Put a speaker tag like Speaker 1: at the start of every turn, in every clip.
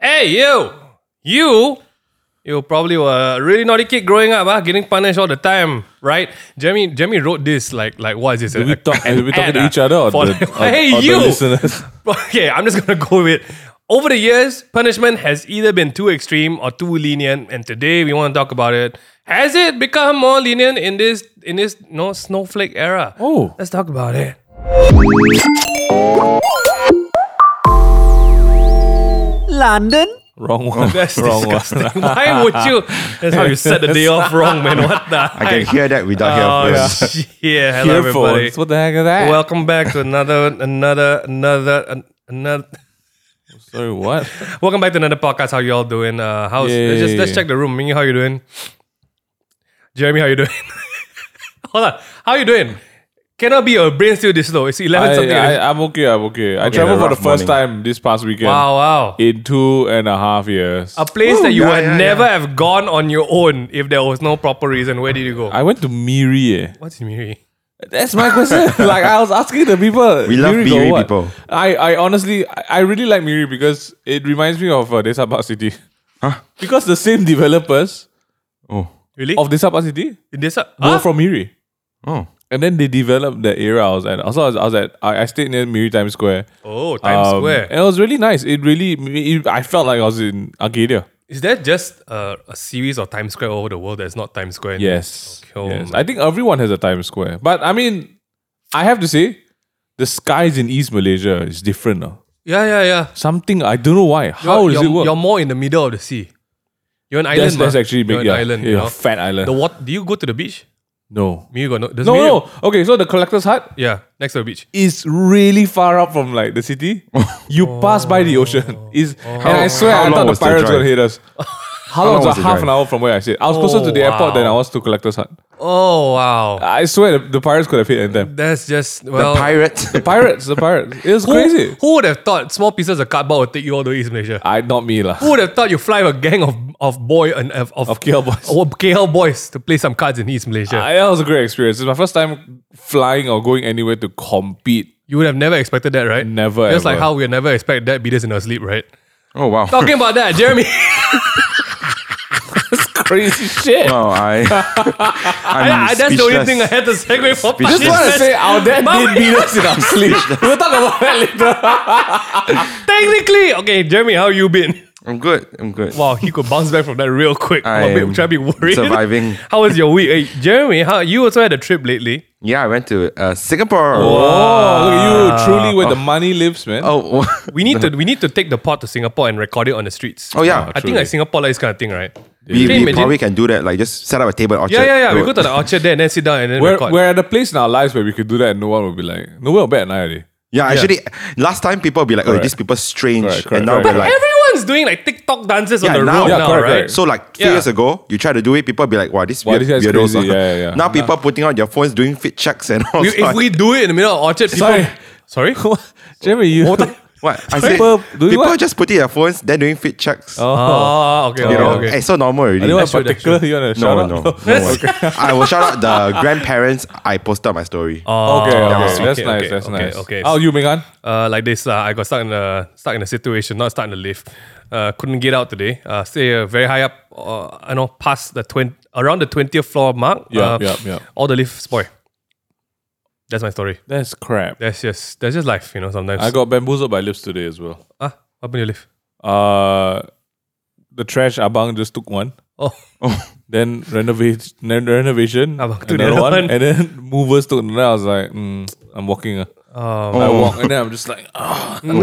Speaker 1: Hey, you! You! You probably were a really naughty kid growing up, huh? getting punished all the time, right? Jeremy Jeremy wrote this like like what is this?
Speaker 2: Do we talk? Are we talking
Speaker 1: ad,
Speaker 2: to
Speaker 1: ah,
Speaker 2: each other or
Speaker 1: for-
Speaker 2: the, or-
Speaker 1: Hey,
Speaker 2: or the
Speaker 1: you!
Speaker 2: listeners?
Speaker 1: okay, I'm just gonna go with. Over the years, punishment has either been too extreme or too lenient, and today we want to talk about it. Has it become more lenient in this in this no snowflake era?
Speaker 2: Oh.
Speaker 1: let's talk about it.
Speaker 3: London?
Speaker 2: Wrong one.
Speaker 1: That's
Speaker 2: wrong
Speaker 1: disgusting. Why would you? That's how you set the day off wrong, man. What the?
Speaker 4: I can hear that without
Speaker 1: Oh,
Speaker 4: headphones.
Speaker 1: yeah.
Speaker 2: one.
Speaker 1: Hello, everybody.
Speaker 2: Earphones. What the heck is that?
Speaker 1: Welcome back to another, another, another, an- another.
Speaker 2: Sorry, what?
Speaker 1: Welcome back to another podcast. How y'all doing? Uh, how's let's just let's
Speaker 2: Yay.
Speaker 1: check the room. Mingy, how you doing? Jeremy, how you doing? Hold on, how you doing? Cannot be your brain still this low. It's eleven
Speaker 2: I,
Speaker 1: something.
Speaker 2: I, I'm okay. I'm okay. I traveled
Speaker 4: a
Speaker 2: for the
Speaker 4: rough
Speaker 2: first
Speaker 4: morning.
Speaker 2: time this past weekend
Speaker 1: wow, wow.
Speaker 2: in two and a half years.
Speaker 1: A place that you
Speaker 4: yeah,
Speaker 1: would
Speaker 4: yeah,
Speaker 1: never have gone on your own if there was no proper reason. Where did you go?
Speaker 2: I went to Miri. Eh.
Speaker 1: What's Miri?
Speaker 2: That's my question. like I was asking the people.
Speaker 4: We love
Speaker 2: got
Speaker 4: Miri
Speaker 2: what?
Speaker 4: people.
Speaker 2: I, I honestly, I, I really like Miri because it reminds me of uh, Desabak City.
Speaker 4: Huh?
Speaker 2: Because the same developers
Speaker 4: Oh,
Speaker 1: Really?
Speaker 2: of Desabak City
Speaker 1: this, uh,
Speaker 2: were
Speaker 1: huh?
Speaker 2: from Miri.
Speaker 4: oh.
Speaker 2: And then they developed the area I was at. Also, I was, I was at, I, I stayed near Miri Times Square.
Speaker 1: oh, Times
Speaker 2: Um,
Speaker 1: Square.
Speaker 2: And it was really nice. It really, it, I felt like I was in Arcadia.
Speaker 1: Is there just uh, a series of Times Square all over the world that's not Times Square?
Speaker 2: Yes.
Speaker 1: Okay, oh
Speaker 2: yes.
Speaker 1: my-
Speaker 2: I think everyone has a Times Square. But I mean, I have to say, the skies in East Malaysia is different. now.
Speaker 1: Yeah, yeah, yeah.
Speaker 2: Something, I don't know why. How
Speaker 1: you're,
Speaker 2: does
Speaker 1: you're,
Speaker 2: it work?
Speaker 1: You're more in the middle of the sea. You're an island.
Speaker 2: that's, that's
Speaker 1: mah.
Speaker 2: actually
Speaker 1: You're
Speaker 2: big.
Speaker 1: an
Speaker 2: Yeah,
Speaker 1: island.
Speaker 2: yeah,
Speaker 1: you know?
Speaker 2: fat island.
Speaker 1: The what? Do you go to the beach?
Speaker 2: no.
Speaker 1: Me got no. does
Speaker 2: No,
Speaker 1: Miri-
Speaker 2: no. Okay, so the collector's hut
Speaker 1: Yeah, next to the beach.
Speaker 2: is really far up from like the city. you pass by the ocean. Is Oh. and I
Speaker 4: How-
Speaker 2: swear
Speaker 4: how
Speaker 2: I
Speaker 4: long
Speaker 2: thought the
Speaker 4: was the
Speaker 2: pirates
Speaker 4: drive?
Speaker 2: gonna hit us. How long
Speaker 4: long
Speaker 2: was
Speaker 4: was
Speaker 2: a
Speaker 4: the
Speaker 2: half
Speaker 4: drive?
Speaker 2: an hour from where I sit? I was closer to the
Speaker 1: Oh,
Speaker 2: airport than I
Speaker 1: wow.
Speaker 2: was to collector's hut.
Speaker 1: Oh wow,
Speaker 2: I swear the, the pirates could have hit any time.
Speaker 1: that's just
Speaker 4: The
Speaker 1: well.
Speaker 4: pirate.
Speaker 2: Pirates, the pirates. It was
Speaker 1: who,
Speaker 2: crazy.
Speaker 1: Who would have thought small pieces of cardboard would take you all the way to East Malaysia?
Speaker 2: I not me lah.
Speaker 1: Who would have thought you fly with a gang of of boy and of of,
Speaker 2: Of KL boys.
Speaker 1: of KL boys to play some cards in East Malaysia?
Speaker 2: I- that was a great experience. It's my first time flying or going anywhere to compete.
Speaker 1: you would have never expected that, right?
Speaker 2: Never,
Speaker 1: Just like
Speaker 2: ever.
Speaker 1: how we never expect that beat us in our sleep, right?
Speaker 4: Oh wow.
Speaker 1: Talking about that, Jeremy.
Speaker 2: Crazy shit.
Speaker 4: Wow, Oh, I. I'm
Speaker 1: I, I- that's the only
Speaker 4: speechless.
Speaker 1: thing I had to segue for.
Speaker 4: Speechless.
Speaker 2: Just want to say our dad did beat us in our sleep. We'll talk about that later.
Speaker 1: Technically, okay, Jeremy, how you been?
Speaker 4: I'm good. I'm good.
Speaker 1: Wow, he could bounce back from that real quick. I'm a bit
Speaker 4: I'm
Speaker 1: trying to be worried.
Speaker 4: surviving.
Speaker 1: how was your week? Hey, Jeremy, how you also had a trip lately?
Speaker 4: Yeah, I went to uh, Singapore.
Speaker 2: Oh, look at you, truly where the money lives, man.
Speaker 4: Oh,
Speaker 1: We need to we need to take the pod to Singapore and record it on the streets.
Speaker 4: Oh, yeah.
Speaker 1: I think
Speaker 2: Truly.
Speaker 1: like Singapore like this kind of thing, right?
Speaker 4: we,
Speaker 1: Can you
Speaker 4: we
Speaker 1: imagine?
Speaker 4: probably can do that. Like, just set up a table. at Orchard
Speaker 1: yeah, yeah, yeah. We
Speaker 4: Road.
Speaker 1: go to the orchard there and then sit down and then
Speaker 2: We're,
Speaker 1: record.
Speaker 2: we're at a place in our lives where we could do that and no one would be like, no one will bet at night, already.
Speaker 4: Yeah, actually, last time people would be like, "Oh,
Speaker 2: Correct.
Speaker 4: these people strange,"
Speaker 2: Correct, correct,
Speaker 4: and now
Speaker 2: correct.
Speaker 4: we're like,
Speaker 1: Everyone's doing like TikTok dances on
Speaker 4: Yeah,
Speaker 1: the
Speaker 4: now-
Speaker 1: road
Speaker 4: Yeah,
Speaker 1: now,
Speaker 2: correct,
Speaker 1: right?
Speaker 2: correct.
Speaker 4: So like few
Speaker 1: Yeah.
Speaker 4: years ago, you try to do it, people be like, "Wow, this
Speaker 2: Wow,
Speaker 4: weird,
Speaker 2: this guy's
Speaker 4: weirdos."
Speaker 2: crazy.
Speaker 4: ah."
Speaker 2: Yeah, yeah, yeah.
Speaker 4: Now people putting out their phones doing fit checks and all.
Speaker 1: We-
Speaker 4: sorts.
Speaker 1: if we do it in the middle of orchard, people,
Speaker 2: Sorry.
Speaker 1: sorry.
Speaker 2: Jeremy, you.
Speaker 4: what I said,
Speaker 2: People
Speaker 4: people,
Speaker 2: doing what?
Speaker 4: just putting their phones, then doing fit checks.
Speaker 1: Oh, okay,
Speaker 4: you
Speaker 1: okay,
Speaker 4: know,
Speaker 1: okay.
Speaker 4: it's so normal already.
Speaker 2: Anyone
Speaker 1: That's true, that's
Speaker 2: particular you want to shout
Speaker 4: no,
Speaker 2: out?
Speaker 4: no, no. I will shout out the grandparents. I posted on my story.
Speaker 1: Oh,
Speaker 2: Okay, okay,
Speaker 1: okay,
Speaker 2: that's
Speaker 1: okay,
Speaker 2: nice,
Speaker 1: okay,
Speaker 2: that's
Speaker 1: okay,
Speaker 2: nice.
Speaker 1: okay.
Speaker 2: How are you, Megan?
Speaker 1: uh, like this. Uh, I got stuck in a stuck in a situation, not stuck in the lift. Uh, couldn't get out today. Uh, stay uh, very high up. Uh, I know past the twen- around the twentieth floor mark.
Speaker 2: Yeah,
Speaker 1: uh,
Speaker 2: yeah, yeah.
Speaker 1: All the lifts spoil. That's my story.
Speaker 2: That's crap.
Speaker 1: That's just that's just life, you know. Sometimes
Speaker 2: I got bamboozled by lips today as well.
Speaker 1: ah, what happened to your lift?
Speaker 2: Uh, the trash abang just took one.
Speaker 1: Oh,
Speaker 2: Then renovate, then renovation,
Speaker 1: Abang took the
Speaker 2: another
Speaker 1: other
Speaker 2: one,
Speaker 1: one.
Speaker 2: and then movers took another. I was like, mm, I'm walking. ah.
Speaker 1: um,
Speaker 2: I walk, and then I'm just like, ah.
Speaker 1: do you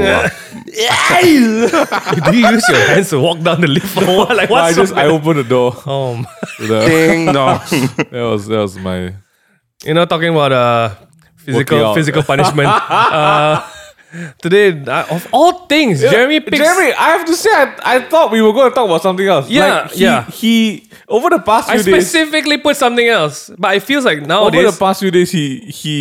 Speaker 1: use your hands to walk down the lift or what? Like
Speaker 2: I
Speaker 1: what's
Speaker 2: just I opened the door.
Speaker 1: um,
Speaker 2: The-
Speaker 4: Ding dong.
Speaker 2: that was that was my
Speaker 1: you know, talking about uh,
Speaker 2: Working
Speaker 1: physical
Speaker 2: out.
Speaker 1: physical punishment. uh, today, uh, of all things, Jeremy picks.
Speaker 2: Jeremy, I have to say, I, I thought we were going to talk about something else.
Speaker 1: Yeah,
Speaker 2: Like, he,
Speaker 1: yeah.
Speaker 2: He over the past
Speaker 1: I
Speaker 2: few days,
Speaker 1: specifically put something else, but it feels like
Speaker 2: over the
Speaker 1: nowadays.
Speaker 2: past few days, he he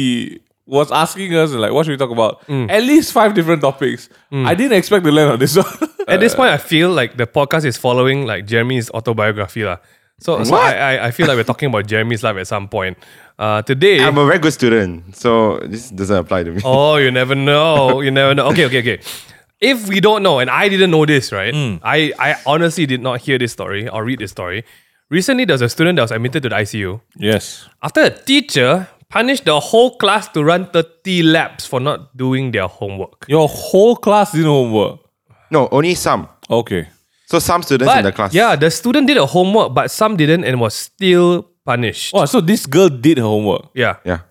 Speaker 2: was asking us like, what should we talk about? At least five different topics. I didn't expect to land on this one.
Speaker 1: at this point, I feel like the podcast is following like Jeremy's autobiography, lah. So, so
Speaker 4: What?
Speaker 1: I, I I feel like we're talking about Jeremy's life at some point. Uh, today,
Speaker 4: I'm a very good student, so this doesn't apply to me.
Speaker 1: oh, you never know, you never know. Okay, okay, okay. if we don't know, and I didn't know this, right?
Speaker 4: Hmm.
Speaker 1: I, I honestly did not hear this story or read this story. Recently, there was a student that was admitted to the ICU
Speaker 2: Yes.
Speaker 1: after a teacher punished the whole class to run 30 laps for not doing their homework.
Speaker 2: Your whole class did homework.
Speaker 4: No, only some.
Speaker 2: Okay.
Speaker 4: So some students in the class.
Speaker 1: Yeah, the student did a homework, but some didn't and was still punished.
Speaker 2: Oh, so this girl did her homework.
Speaker 1: Yeah.
Speaker 4: Yeah.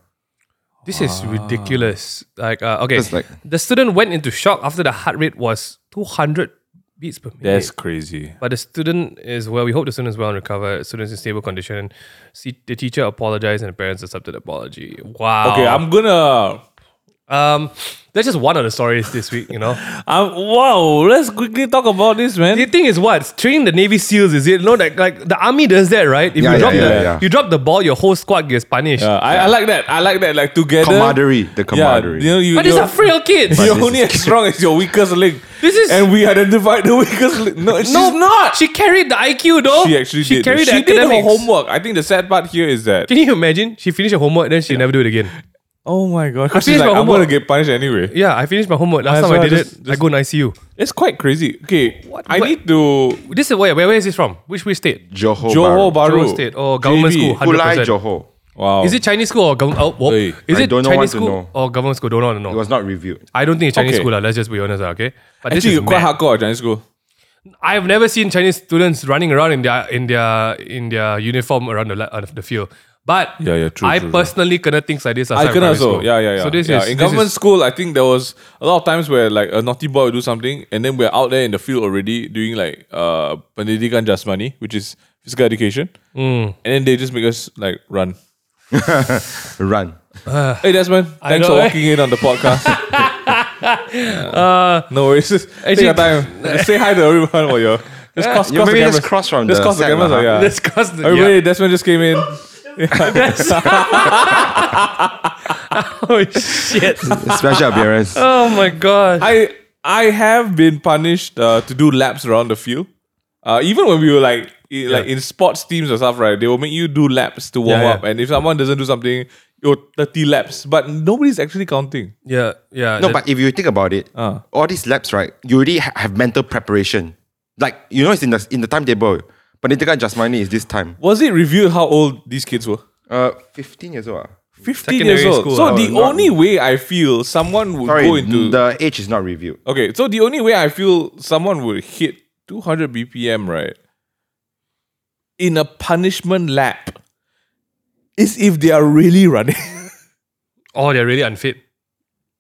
Speaker 1: This is ridiculous. Like, uh, okay,
Speaker 4: Ah. That's like-
Speaker 1: the student went into shock after the heart rate was 200 beats per minute.
Speaker 2: That's crazy.
Speaker 1: But the student is well. We hope the student is well and recover. Students in stable condition. See, the teacher apologized and the parents accepted the apology. Wow.
Speaker 2: Okay, I'm gonna.
Speaker 1: um, that's just one of the stories this week. You know,
Speaker 2: I'm wow. Let's quickly talk about this, man.
Speaker 1: the thing is what training the Navy SEALs is it? No, like like the army does that, right? If
Speaker 4: Yeah,
Speaker 1: you
Speaker 4: yeah,
Speaker 1: drop
Speaker 4: yeah,
Speaker 1: the
Speaker 4: yeah.
Speaker 1: you drop the ball, your whole squad gets punished.
Speaker 2: Yeah, Uh, I, I like that. I like that. Like together.
Speaker 4: Camaraderie. The
Speaker 2: Yeah,
Speaker 4: camaraderie.
Speaker 2: you know, you,
Speaker 1: But these
Speaker 2: you're-
Speaker 1: are frail kids.
Speaker 2: You're
Speaker 4: this
Speaker 2: only
Speaker 4: is
Speaker 2: as strong as your weakest link.
Speaker 1: This is-
Speaker 2: and we identified the weakest link. No, she's
Speaker 1: No,
Speaker 2: not.
Speaker 1: She carried the IQ though.
Speaker 2: She actually
Speaker 1: she
Speaker 2: did.
Speaker 1: carried the
Speaker 2: she did her
Speaker 1: academics.
Speaker 2: homework. I think the sad part here is that.
Speaker 1: Can you imagine? She finished her homework, then she never do it again.
Speaker 2: Oh my god! Because
Speaker 1: I
Speaker 2: she's
Speaker 1: finished
Speaker 2: like,
Speaker 1: my
Speaker 2: I'm gonna
Speaker 1: homework.
Speaker 2: get punished anyway.
Speaker 1: Yeah, I finished my homework
Speaker 2: Might
Speaker 1: last
Speaker 2: as
Speaker 1: time I
Speaker 2: well
Speaker 1: did
Speaker 2: just-
Speaker 1: it. I go in ICU.
Speaker 2: It's quite crazy. Okay, I
Speaker 1: what-
Speaker 2: need to
Speaker 1: This is where, where, where is this from? Which which state?
Speaker 4: Johor.
Speaker 2: Johor Bahru.
Speaker 1: Johor State. Oh, government
Speaker 2: JB.
Speaker 1: school.
Speaker 4: Kulai
Speaker 1: 100%.
Speaker 4: Johor.
Speaker 2: Wow.
Speaker 1: Is it Chinese school or government? Oh, whoa.
Speaker 2: Oh. Hey,
Speaker 1: is
Speaker 4: I
Speaker 1: it
Speaker 4: don't know
Speaker 1: Chinese
Speaker 4: what to
Speaker 1: school
Speaker 4: know.
Speaker 1: or government school? Don't know. Don't know.
Speaker 4: It was not reviewed.
Speaker 1: I don't think it's Chinese
Speaker 2: Okay.
Speaker 1: school. lah. Let's just be honest, lah, okay? But this
Speaker 2: actually
Speaker 1: is
Speaker 2: you're quite
Speaker 1: mad.
Speaker 2: hardcore Chinese school?
Speaker 1: I've never seen Chinese students running around in their in their in their uniform around the la- uh, the field. But
Speaker 2: Yeah, yeah, true,
Speaker 1: I
Speaker 2: true, true.
Speaker 1: personally cannot things like this.
Speaker 2: I can also.
Speaker 1: School.
Speaker 2: Yeah, yeah, yeah.
Speaker 1: So this
Speaker 2: Yeah,
Speaker 1: is
Speaker 2: in
Speaker 1: this
Speaker 2: government
Speaker 1: is-
Speaker 2: school. I think there was a lot of times where like a naughty boy would do something, and then we're out there in the field already doing like uh pendidikan jasmani, which is physical education,
Speaker 1: Hmm.
Speaker 2: and then they just make us like run.
Speaker 4: Run.
Speaker 2: Hey, Desmond, thanks
Speaker 1: know,
Speaker 2: for
Speaker 1: eh?
Speaker 2: walking in on the podcast. no worries. Just Take
Speaker 1: Uh, actually-
Speaker 2: your time. Just Say hi to everyone while you're. Just cross,
Speaker 4: Yeah,
Speaker 2: cross the
Speaker 4: maybe
Speaker 2: cameras.
Speaker 4: just cross from
Speaker 2: Just
Speaker 4: the
Speaker 2: cross the
Speaker 4: set
Speaker 2: cameras.
Speaker 4: lah,
Speaker 2: oh,
Speaker 4: huh?
Speaker 2: yeah.
Speaker 1: Let's cross the-
Speaker 2: Everybody,
Speaker 1: yeah.
Speaker 2: Desmond just came in.
Speaker 1: Oh shit!
Speaker 4: Special appearance.
Speaker 1: Oh my god!
Speaker 2: I I have been punished uh, to do laps around the field. Uh, even when we were like i- like in sports teams or stuff, right? They will make you do laps to warm
Speaker 1: Yeah, yeah.
Speaker 2: up, and if someone doesn't do something, you're thirty laps, but nobody's actually counting.
Speaker 1: yeah, yeah.
Speaker 4: No,
Speaker 1: that-
Speaker 4: but if you think about it,
Speaker 2: Uh.
Speaker 4: all these labs, right? You already ha- have mental preparation. Like you know, it's in the in the timetable. But Nitika Jasmani is this time.
Speaker 2: Was it revealed how old these kids were?
Speaker 4: Uh, fifteen years old. ah.
Speaker 2: 15
Speaker 1: Secondary
Speaker 2: years old.
Speaker 1: school,
Speaker 2: so
Speaker 1: I
Speaker 2: the
Speaker 4: was not-
Speaker 2: only way I feel someone would
Speaker 4: Sorry,
Speaker 2: go into
Speaker 4: the age is not reviewed.
Speaker 2: Okay, so the only way I feel someone would hit 200 BPM, right? In a punishment lap is if they are really running.
Speaker 1: or they're really unfit.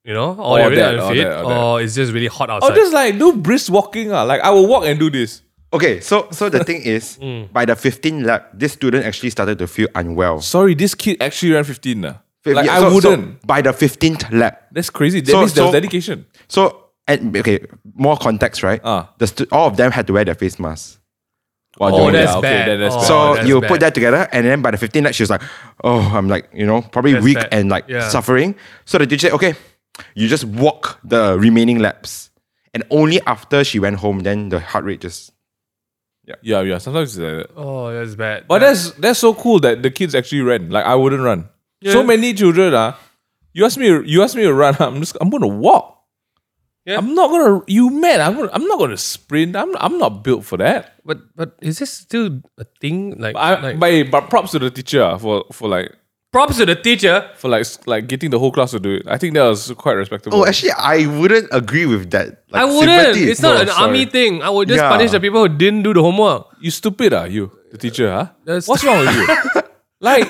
Speaker 1: You know, or, they're
Speaker 2: Or
Speaker 1: really
Speaker 2: Oh, that, or
Speaker 1: unfit, or,
Speaker 2: that, or that.
Speaker 1: it's just really hot outside.
Speaker 2: or Oh, just like do brisk walking. ah. Like I will walk and do this.
Speaker 4: Okay, so so the thing is,
Speaker 2: Mm.
Speaker 4: by the 15 lap, this student actually started to feel unwell.
Speaker 2: Sorry, this kid actually ran 15. ah.
Speaker 4: Fif-
Speaker 2: Like
Speaker 4: yeah,
Speaker 2: I
Speaker 4: so- so
Speaker 2: wouldn't.
Speaker 4: by the 15th lap.
Speaker 2: That's crazy. That
Speaker 4: So-
Speaker 2: means there's
Speaker 4: so-
Speaker 2: dedication.
Speaker 4: So and okay, more context, right?
Speaker 2: Ah.
Speaker 4: The stu- all of them had to wear their face mask. while
Speaker 2: Oh,
Speaker 4: doing
Speaker 2: that's
Speaker 4: that.
Speaker 2: okay, that- that's bad.
Speaker 4: So
Speaker 1: Oh, that's
Speaker 4: you
Speaker 1: bad.
Speaker 4: put that together, and then by the 15th night, she was like, "Oh, I'm like, you know, probably weak
Speaker 1: bad.
Speaker 4: and like
Speaker 1: Yeah.
Speaker 4: suffering." So the teacher said, "Okay, you just walk the remaining laps," and only after she went home, then the heart rate just
Speaker 2: Yeah, yeah. Sometimes it's like that.
Speaker 1: Oh, that's bad.
Speaker 2: But that's that's so cool that the kids actually ran. Like I wouldn't run. So
Speaker 1: Yeah.
Speaker 2: many children ah. You ask me you ask me to run, I'm just I'm gonna walk.
Speaker 1: Yeah.
Speaker 2: I'm not gonna you mad. I'm gonna, I'm not gonna sprint. I'm I'm not built for that.
Speaker 1: but but is this still a thing? Like,
Speaker 2: I
Speaker 1: like
Speaker 2: but, eh, but props to the teacher ah, for for like
Speaker 1: props to the teacher.
Speaker 2: for like s- like getting the whole class to do it. I think that was quite respectable.
Speaker 4: Oh, actually, I wouldn't agree with that. Like,
Speaker 1: I wouldn't.
Speaker 4: sympathy is
Speaker 1: It's not
Speaker 4: no,
Speaker 1: an
Speaker 4: sorry.
Speaker 1: army thing. I would just
Speaker 4: Yeah.
Speaker 1: punish the people who didn't do the homework.
Speaker 2: you stupid ah you the teacher huh?
Speaker 1: That's-
Speaker 2: What's wrong with you? like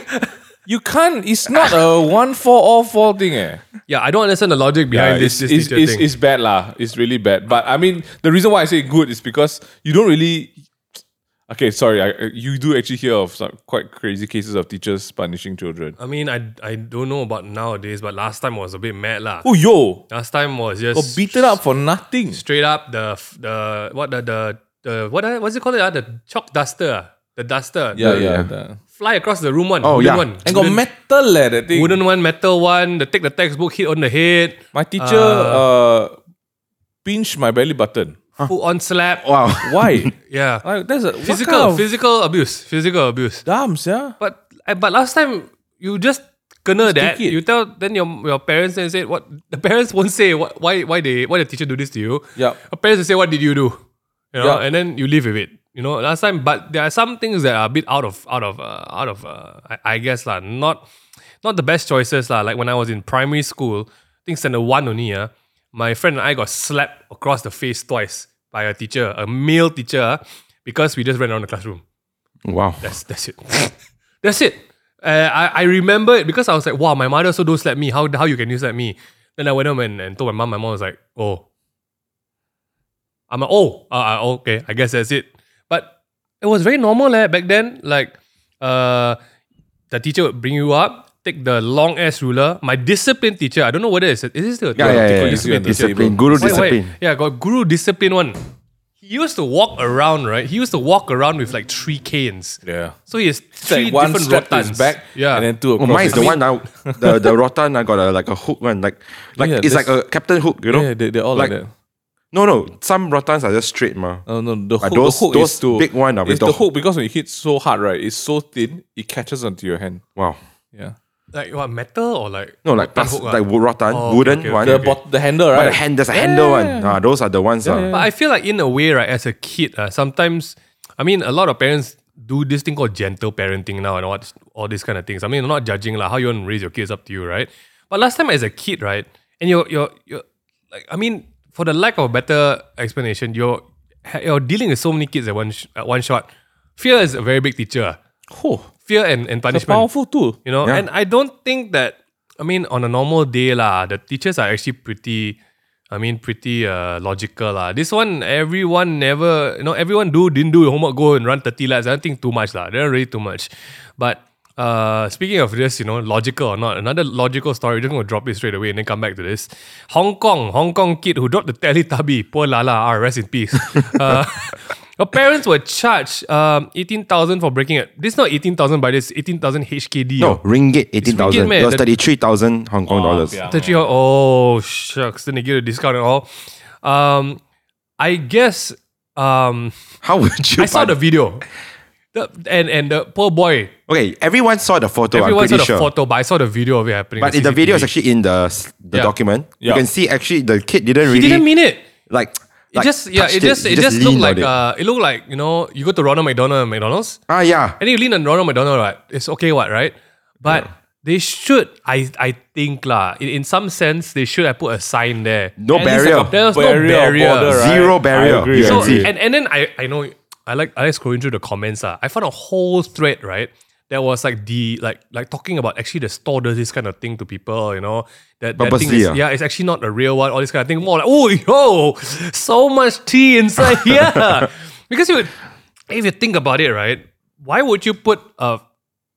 Speaker 2: you can't. It's not a one for all four thing eh.
Speaker 1: Yeah, I don't understand the logic behind
Speaker 2: Yeah,
Speaker 1: this,
Speaker 2: it's,
Speaker 1: this
Speaker 2: it's,
Speaker 1: teacher
Speaker 2: it's,
Speaker 1: thing.
Speaker 2: it's bad lah. It's really bad. But I mean, the reason why I say good is because you don't really. Okay, sorry. I, you do actually hear of some quite crazy cases of teachers punishing children.
Speaker 1: I mean, I, I don't know about nowadays, but last time was a bit mad lah.
Speaker 2: Oh yo,
Speaker 1: Last time was
Speaker 2: got
Speaker 1: just
Speaker 2: beaten up for nothing.
Speaker 1: straight up the f- the what the the, the what the- what's it called? Uh, the chalk duster, ah? the duster.
Speaker 2: Yeah,
Speaker 1: the-
Speaker 2: yeah.
Speaker 4: yeah.
Speaker 2: yeah.
Speaker 1: Fly across the room one.
Speaker 4: Oh,
Speaker 1: wooden
Speaker 4: yeah.
Speaker 1: One.
Speaker 2: And got
Speaker 1: Wooden-
Speaker 2: metal leh, that thing.
Speaker 1: wooden one, metal one. The take the textbook hit on the head.
Speaker 2: My teacher
Speaker 1: Ah.
Speaker 2: uh, pinched my belly button.
Speaker 1: Full on slap.
Speaker 2: Oh.
Speaker 4: Wow.
Speaker 2: Why?
Speaker 1: Yeah.
Speaker 2: like that's a
Speaker 1: physical
Speaker 2: What kind of
Speaker 1: physical abuse. Physical abuse.
Speaker 2: dumps, yeah.
Speaker 1: But uh, but last time you just kena that,
Speaker 2: it.
Speaker 1: you tell then your your parents and say what the parents won't say what why why they why the teacher do this to you.
Speaker 2: Yup.
Speaker 1: Your parents will say what did you do, you know,
Speaker 2: Yup.
Speaker 1: and then you live with it. You know, last time, but there are some things that are a bit out of out of uh, out of uh, I, I guess lah, not not the best choices lah. Like when I was in primary school, I think standard one only ah, my friend and I got slapped across the face twice by a teacher, a male teacher, because we just ran around the classroom.
Speaker 4: Wow.
Speaker 1: That's that's it. that's it. Uh, I, I remember it because I was like, wow, my mother also don't slap me. How how you can you slap me? Then I went home and, and told my mom. My mom was like, oh. I'm like, oh, uh, uh, okay, I guess that's it. But it was very normal eh, back then. Like, uh, the teacher would bring you up, take the long ass ruler. My discipline teacher, I don't know whether it's is it still a
Speaker 4: Yeah,
Speaker 1: teacher?
Speaker 4: yeah, yeah, yeah.
Speaker 2: discipline,
Speaker 4: Discipline,
Speaker 2: discipline.
Speaker 4: Guru
Speaker 1: Wait, wait.
Speaker 4: discipline.
Speaker 1: Yeah, got guru discipline one. He used to walk around, right? He used to walk around with like three canes.
Speaker 2: Yeah.
Speaker 1: So he has
Speaker 2: It's
Speaker 1: three
Speaker 2: like one
Speaker 1: different
Speaker 2: strap to his
Speaker 1: rotans.
Speaker 2: back,
Speaker 1: Yeah.
Speaker 2: and then two
Speaker 4: Oh,
Speaker 2: across.
Speaker 4: mine is
Speaker 2: his-
Speaker 4: the one now. The the rotan I got a like a hook one like like
Speaker 1: Oh,
Speaker 2: Yeah,
Speaker 4: it's like
Speaker 2: this-
Speaker 4: a captain hook you know.
Speaker 2: Yeah, they, they're all like, that. Oh,
Speaker 4: No no, some rotans are just straight ma.
Speaker 1: Oh.
Speaker 2: No, no, the hook,
Speaker 4: uh, those-
Speaker 2: the hook
Speaker 4: those
Speaker 2: is to
Speaker 4: big one are with
Speaker 2: It's the,
Speaker 4: the
Speaker 2: hook, because when you hit so hard, right, it's so thin, it catches onto your hand.
Speaker 4: Wow.
Speaker 2: Yeah,
Speaker 1: like what metal or like
Speaker 4: No like
Speaker 1: rotan
Speaker 4: plus
Speaker 1: hook, ah?
Speaker 4: like wo- rotan
Speaker 1: Oh, okay,
Speaker 4: wooden
Speaker 1: okay,
Speaker 4: one.
Speaker 1: okay,
Speaker 2: the
Speaker 1: okay.
Speaker 2: bot, the handle,
Speaker 4: But
Speaker 2: right?
Speaker 4: the hand there's a handle one. Ah, those are the ones ah.
Speaker 1: But I feel like in a way, right, as a kid, uh, sometimes I mean a lot of parents do this thing called gentle parenting now and all, all these kind of things. I mean, I'm not judging like how you want to raise your kids up to you, right? But last time as a kid, right, and you're you're, you're like I mean, for the lack of a better explanation, you're ha- you're dealing with so many kids at one sh- at one shot. Fear is a very big teacher. ah.
Speaker 2: oh,
Speaker 1: Fear and, and
Speaker 2: it's a
Speaker 1: punishment.
Speaker 2: powerful tool.
Speaker 1: You know,
Speaker 4: Yeah.
Speaker 1: and I don't think that I mean on a normal day lah, the teachers are actually pretty I mean pretty uh, logical lah. This one everyone never you know, everyone do didn't do your homework, go and run 30 laps. I don't think too much lah. They're really too much. But uh, speaking of this, you know, logical or not, another logical story, we're just gonna drop it straight away and then come back to this. Hong Kong, Hong Kong kid who dropped the Teletubby, poor Lala, ah, rest in peace. Uh, Her parents were charged um, 18,000 for breaking it. This is not 18,000 by this, 18,000 HKD.
Speaker 4: No, ringgit eighteen
Speaker 1: ringgit,
Speaker 4: thousand.
Speaker 1: man.
Speaker 4: It was
Speaker 1: The-
Speaker 4: thirty three thousand Hong Kong dollars.
Speaker 2: yeah.
Speaker 1: Thirty oh. oh shucks, then they give a discount and all. Um, I guess um,
Speaker 4: How would you?
Speaker 1: I saw
Speaker 4: find-
Speaker 1: the video, the, and and the poor boy.
Speaker 4: Okay, everyone saw the photo.
Speaker 1: Everyone
Speaker 4: I'm
Speaker 1: saw
Speaker 4: pretty
Speaker 1: the
Speaker 4: sure.
Speaker 1: photo, but I saw the video of it happening.
Speaker 4: But the
Speaker 1: CCTV.
Speaker 4: video is actually in the s- the
Speaker 1: Yeah.
Speaker 4: document.
Speaker 2: Yeah.
Speaker 4: You can see actually the kid didn't
Speaker 1: he
Speaker 4: really
Speaker 1: didn't mean it.
Speaker 4: like.
Speaker 1: It just yeah, it just it just looked like uh, it looked like you know you go to Ronald McDonald and McDonald's
Speaker 4: ah yeah.
Speaker 1: and then you lean on Ronald McDonald right it's okay what right but they should I I think lah in, in some sense they should have put a sign there
Speaker 4: No
Speaker 2: At least
Speaker 4: barrier.
Speaker 2: like a
Speaker 1: There was no
Speaker 2: barrier or
Speaker 1: barrier.
Speaker 2: border, right?
Speaker 4: Zero
Speaker 2: I
Speaker 4: barrier.
Speaker 2: agree,
Speaker 4: You
Speaker 2: I
Speaker 4: can
Speaker 1: So,
Speaker 2: agree.
Speaker 4: see.
Speaker 1: and, and then I, I know I like I like scrolling through the comments. Uh, I found a whole thread, right? That was like the like like talking about actually the store does this kind of thing to people, you know. That, that thing
Speaker 4: Purposely,
Speaker 1: is,
Speaker 4: ah.
Speaker 1: yeah, it's actually not a real one, all this kind of thing. More like, oh yo, so much tea inside here. because you would if you think about it, right? Why would you put a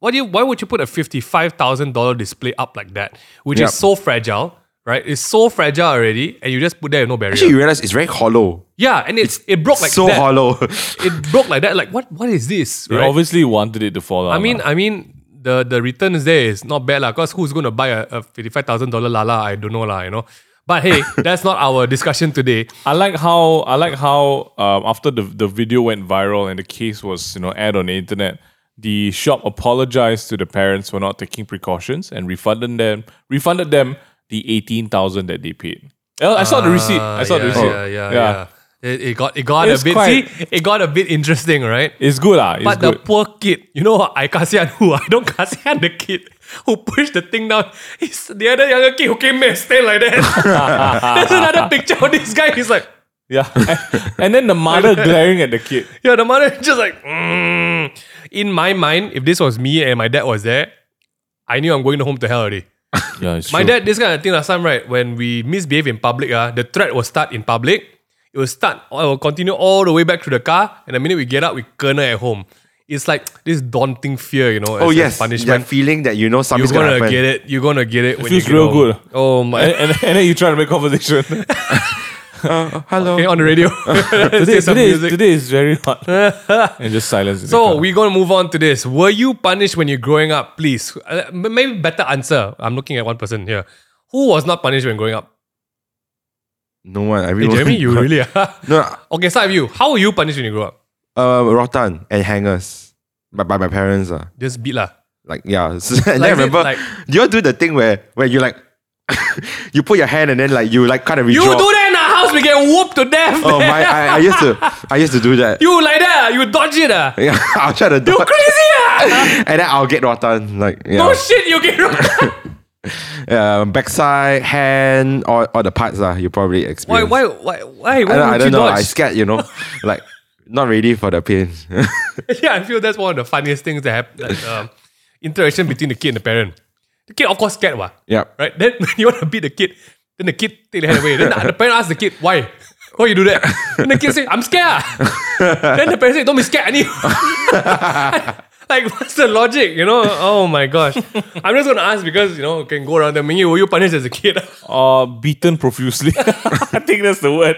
Speaker 1: why do you why would you put a fifty-five thousand dollar display up like that? Which
Speaker 4: Yup.
Speaker 1: is so fragile, right? It's so fragile already, and you just put there with no barrier.
Speaker 4: Actually, you realize it's very hollow.
Speaker 1: yeah, and it's, it broke like
Speaker 4: so
Speaker 1: that
Speaker 4: hollow.
Speaker 1: it broke like that. Like what? What is this?
Speaker 2: They
Speaker 1: Right?
Speaker 2: obviously wanted it to fall out.
Speaker 1: I mean,
Speaker 2: lah.
Speaker 1: I mean, the the returns there is not bad lah. Cause who's gonna buy a, a fifty five thousand dollar lala? I don't know lah. You know. But hey, that's not our discussion today.
Speaker 2: I like how I like how um, after the the video went viral and the case was you know aired on the internet, the shop apologized to the parents for not taking precautions and refunded them refunded them the eighteen thousand that they paid. Oh, I saw the receipt. I saw
Speaker 1: Ah, yeah,
Speaker 2: the receipt.
Speaker 1: Yeah, yeah, yeah. It, it got it got
Speaker 2: It's
Speaker 1: a bit.
Speaker 2: quite-
Speaker 1: see, it got a bit interesting, right?
Speaker 2: It's good ah. It's
Speaker 1: but the
Speaker 2: good.
Speaker 1: poor kid, you know, what? I kasihan who I don't kasihan the kid who pushed the thing down. It's the other younger kid who came there and stayed like that. There's another picture of this guy. He's like,
Speaker 2: yeah. and then the mother glaring at the kid.
Speaker 1: Yeah, the mother just like, mm. in my mind, if this was me and my dad was there, I knew I'm going home to hell already.
Speaker 2: Yeah, it's
Speaker 1: My dad, this kind of thing last time, right? When we misbehave in public, ah, the threat will start in public. It will start, it will continue all the way back to the car. And the minute we get out, we kernel at home. It's like this daunting fear, you know. as-
Speaker 4: oh
Speaker 1: as
Speaker 4: yes,
Speaker 1: punishment.
Speaker 4: that feeling that you know
Speaker 1: You're
Speaker 4: something's
Speaker 1: gonna
Speaker 4: happen.
Speaker 1: get it. You're gonna get it. It
Speaker 2: feels real good.
Speaker 1: Oh my!
Speaker 2: And, and, and then you try to make conversation.
Speaker 1: Uh,
Speaker 4: Hello.
Speaker 1: Okay, on the radio. today,
Speaker 2: today, today, is, today is very hot. and just silence. in the
Speaker 1: So
Speaker 2: car.
Speaker 1: we're gonna move on to this. Were you punished when you're growing up? Please, uh, m- maybe better answer. I'm looking at one person here. Who was not punished when growing up?
Speaker 4: No one.
Speaker 1: Hey,
Speaker 4: Everyone.
Speaker 1: Jeremy, you really are.
Speaker 4: no.
Speaker 1: okay, start with you. How were you punished when you grew up?
Speaker 4: Uh, rotan and hangers. By, by my parents ah.
Speaker 1: Just beat lah.
Speaker 4: Like yeah, so, and then
Speaker 1: Like
Speaker 4: I
Speaker 1: it,
Speaker 4: remember
Speaker 1: like-
Speaker 4: do you all do the thing where where you like you put your hand and then like you like kind of
Speaker 1: You
Speaker 4: redraw.
Speaker 1: do that in our house, we get whooped to death.
Speaker 4: Oh
Speaker 1: man.
Speaker 4: my! I, I used to I used to do that.
Speaker 1: you like that? You dodge it, ah?
Speaker 4: yeah, I'll try to do
Speaker 1: You crazy, ah?
Speaker 4: and then I'll get rotten. Like yeah,
Speaker 1: No shit, you get
Speaker 4: um, backside, hand, all, all the parts uh, you probably
Speaker 1: Why,
Speaker 4: experience.
Speaker 1: why, why, why, why
Speaker 4: I don't,
Speaker 1: would
Speaker 4: I
Speaker 1: you
Speaker 4: don't know. I
Speaker 1: dodge?
Speaker 4: scared, you know, like not ready for the pain.
Speaker 1: yeah, I feel that's one of the funniest things that happen. Like, um, interaction between the kid and the parent. The kid, of course, scared, what?
Speaker 4: yep.
Speaker 1: Right? Then when you want to beat the kid, then the kid take the hand away. Then the, the parent asks the kid, why? Why you do that? Then the kid say, I'm scared. ah." then the parent say, don't be scared, any. like, what's the logic, you know? Oh my gosh. I'm just going to ask because, you know, you can go around there. Mingy, were you punished as a kid?
Speaker 2: uh, beaten profusely. I think that's the word.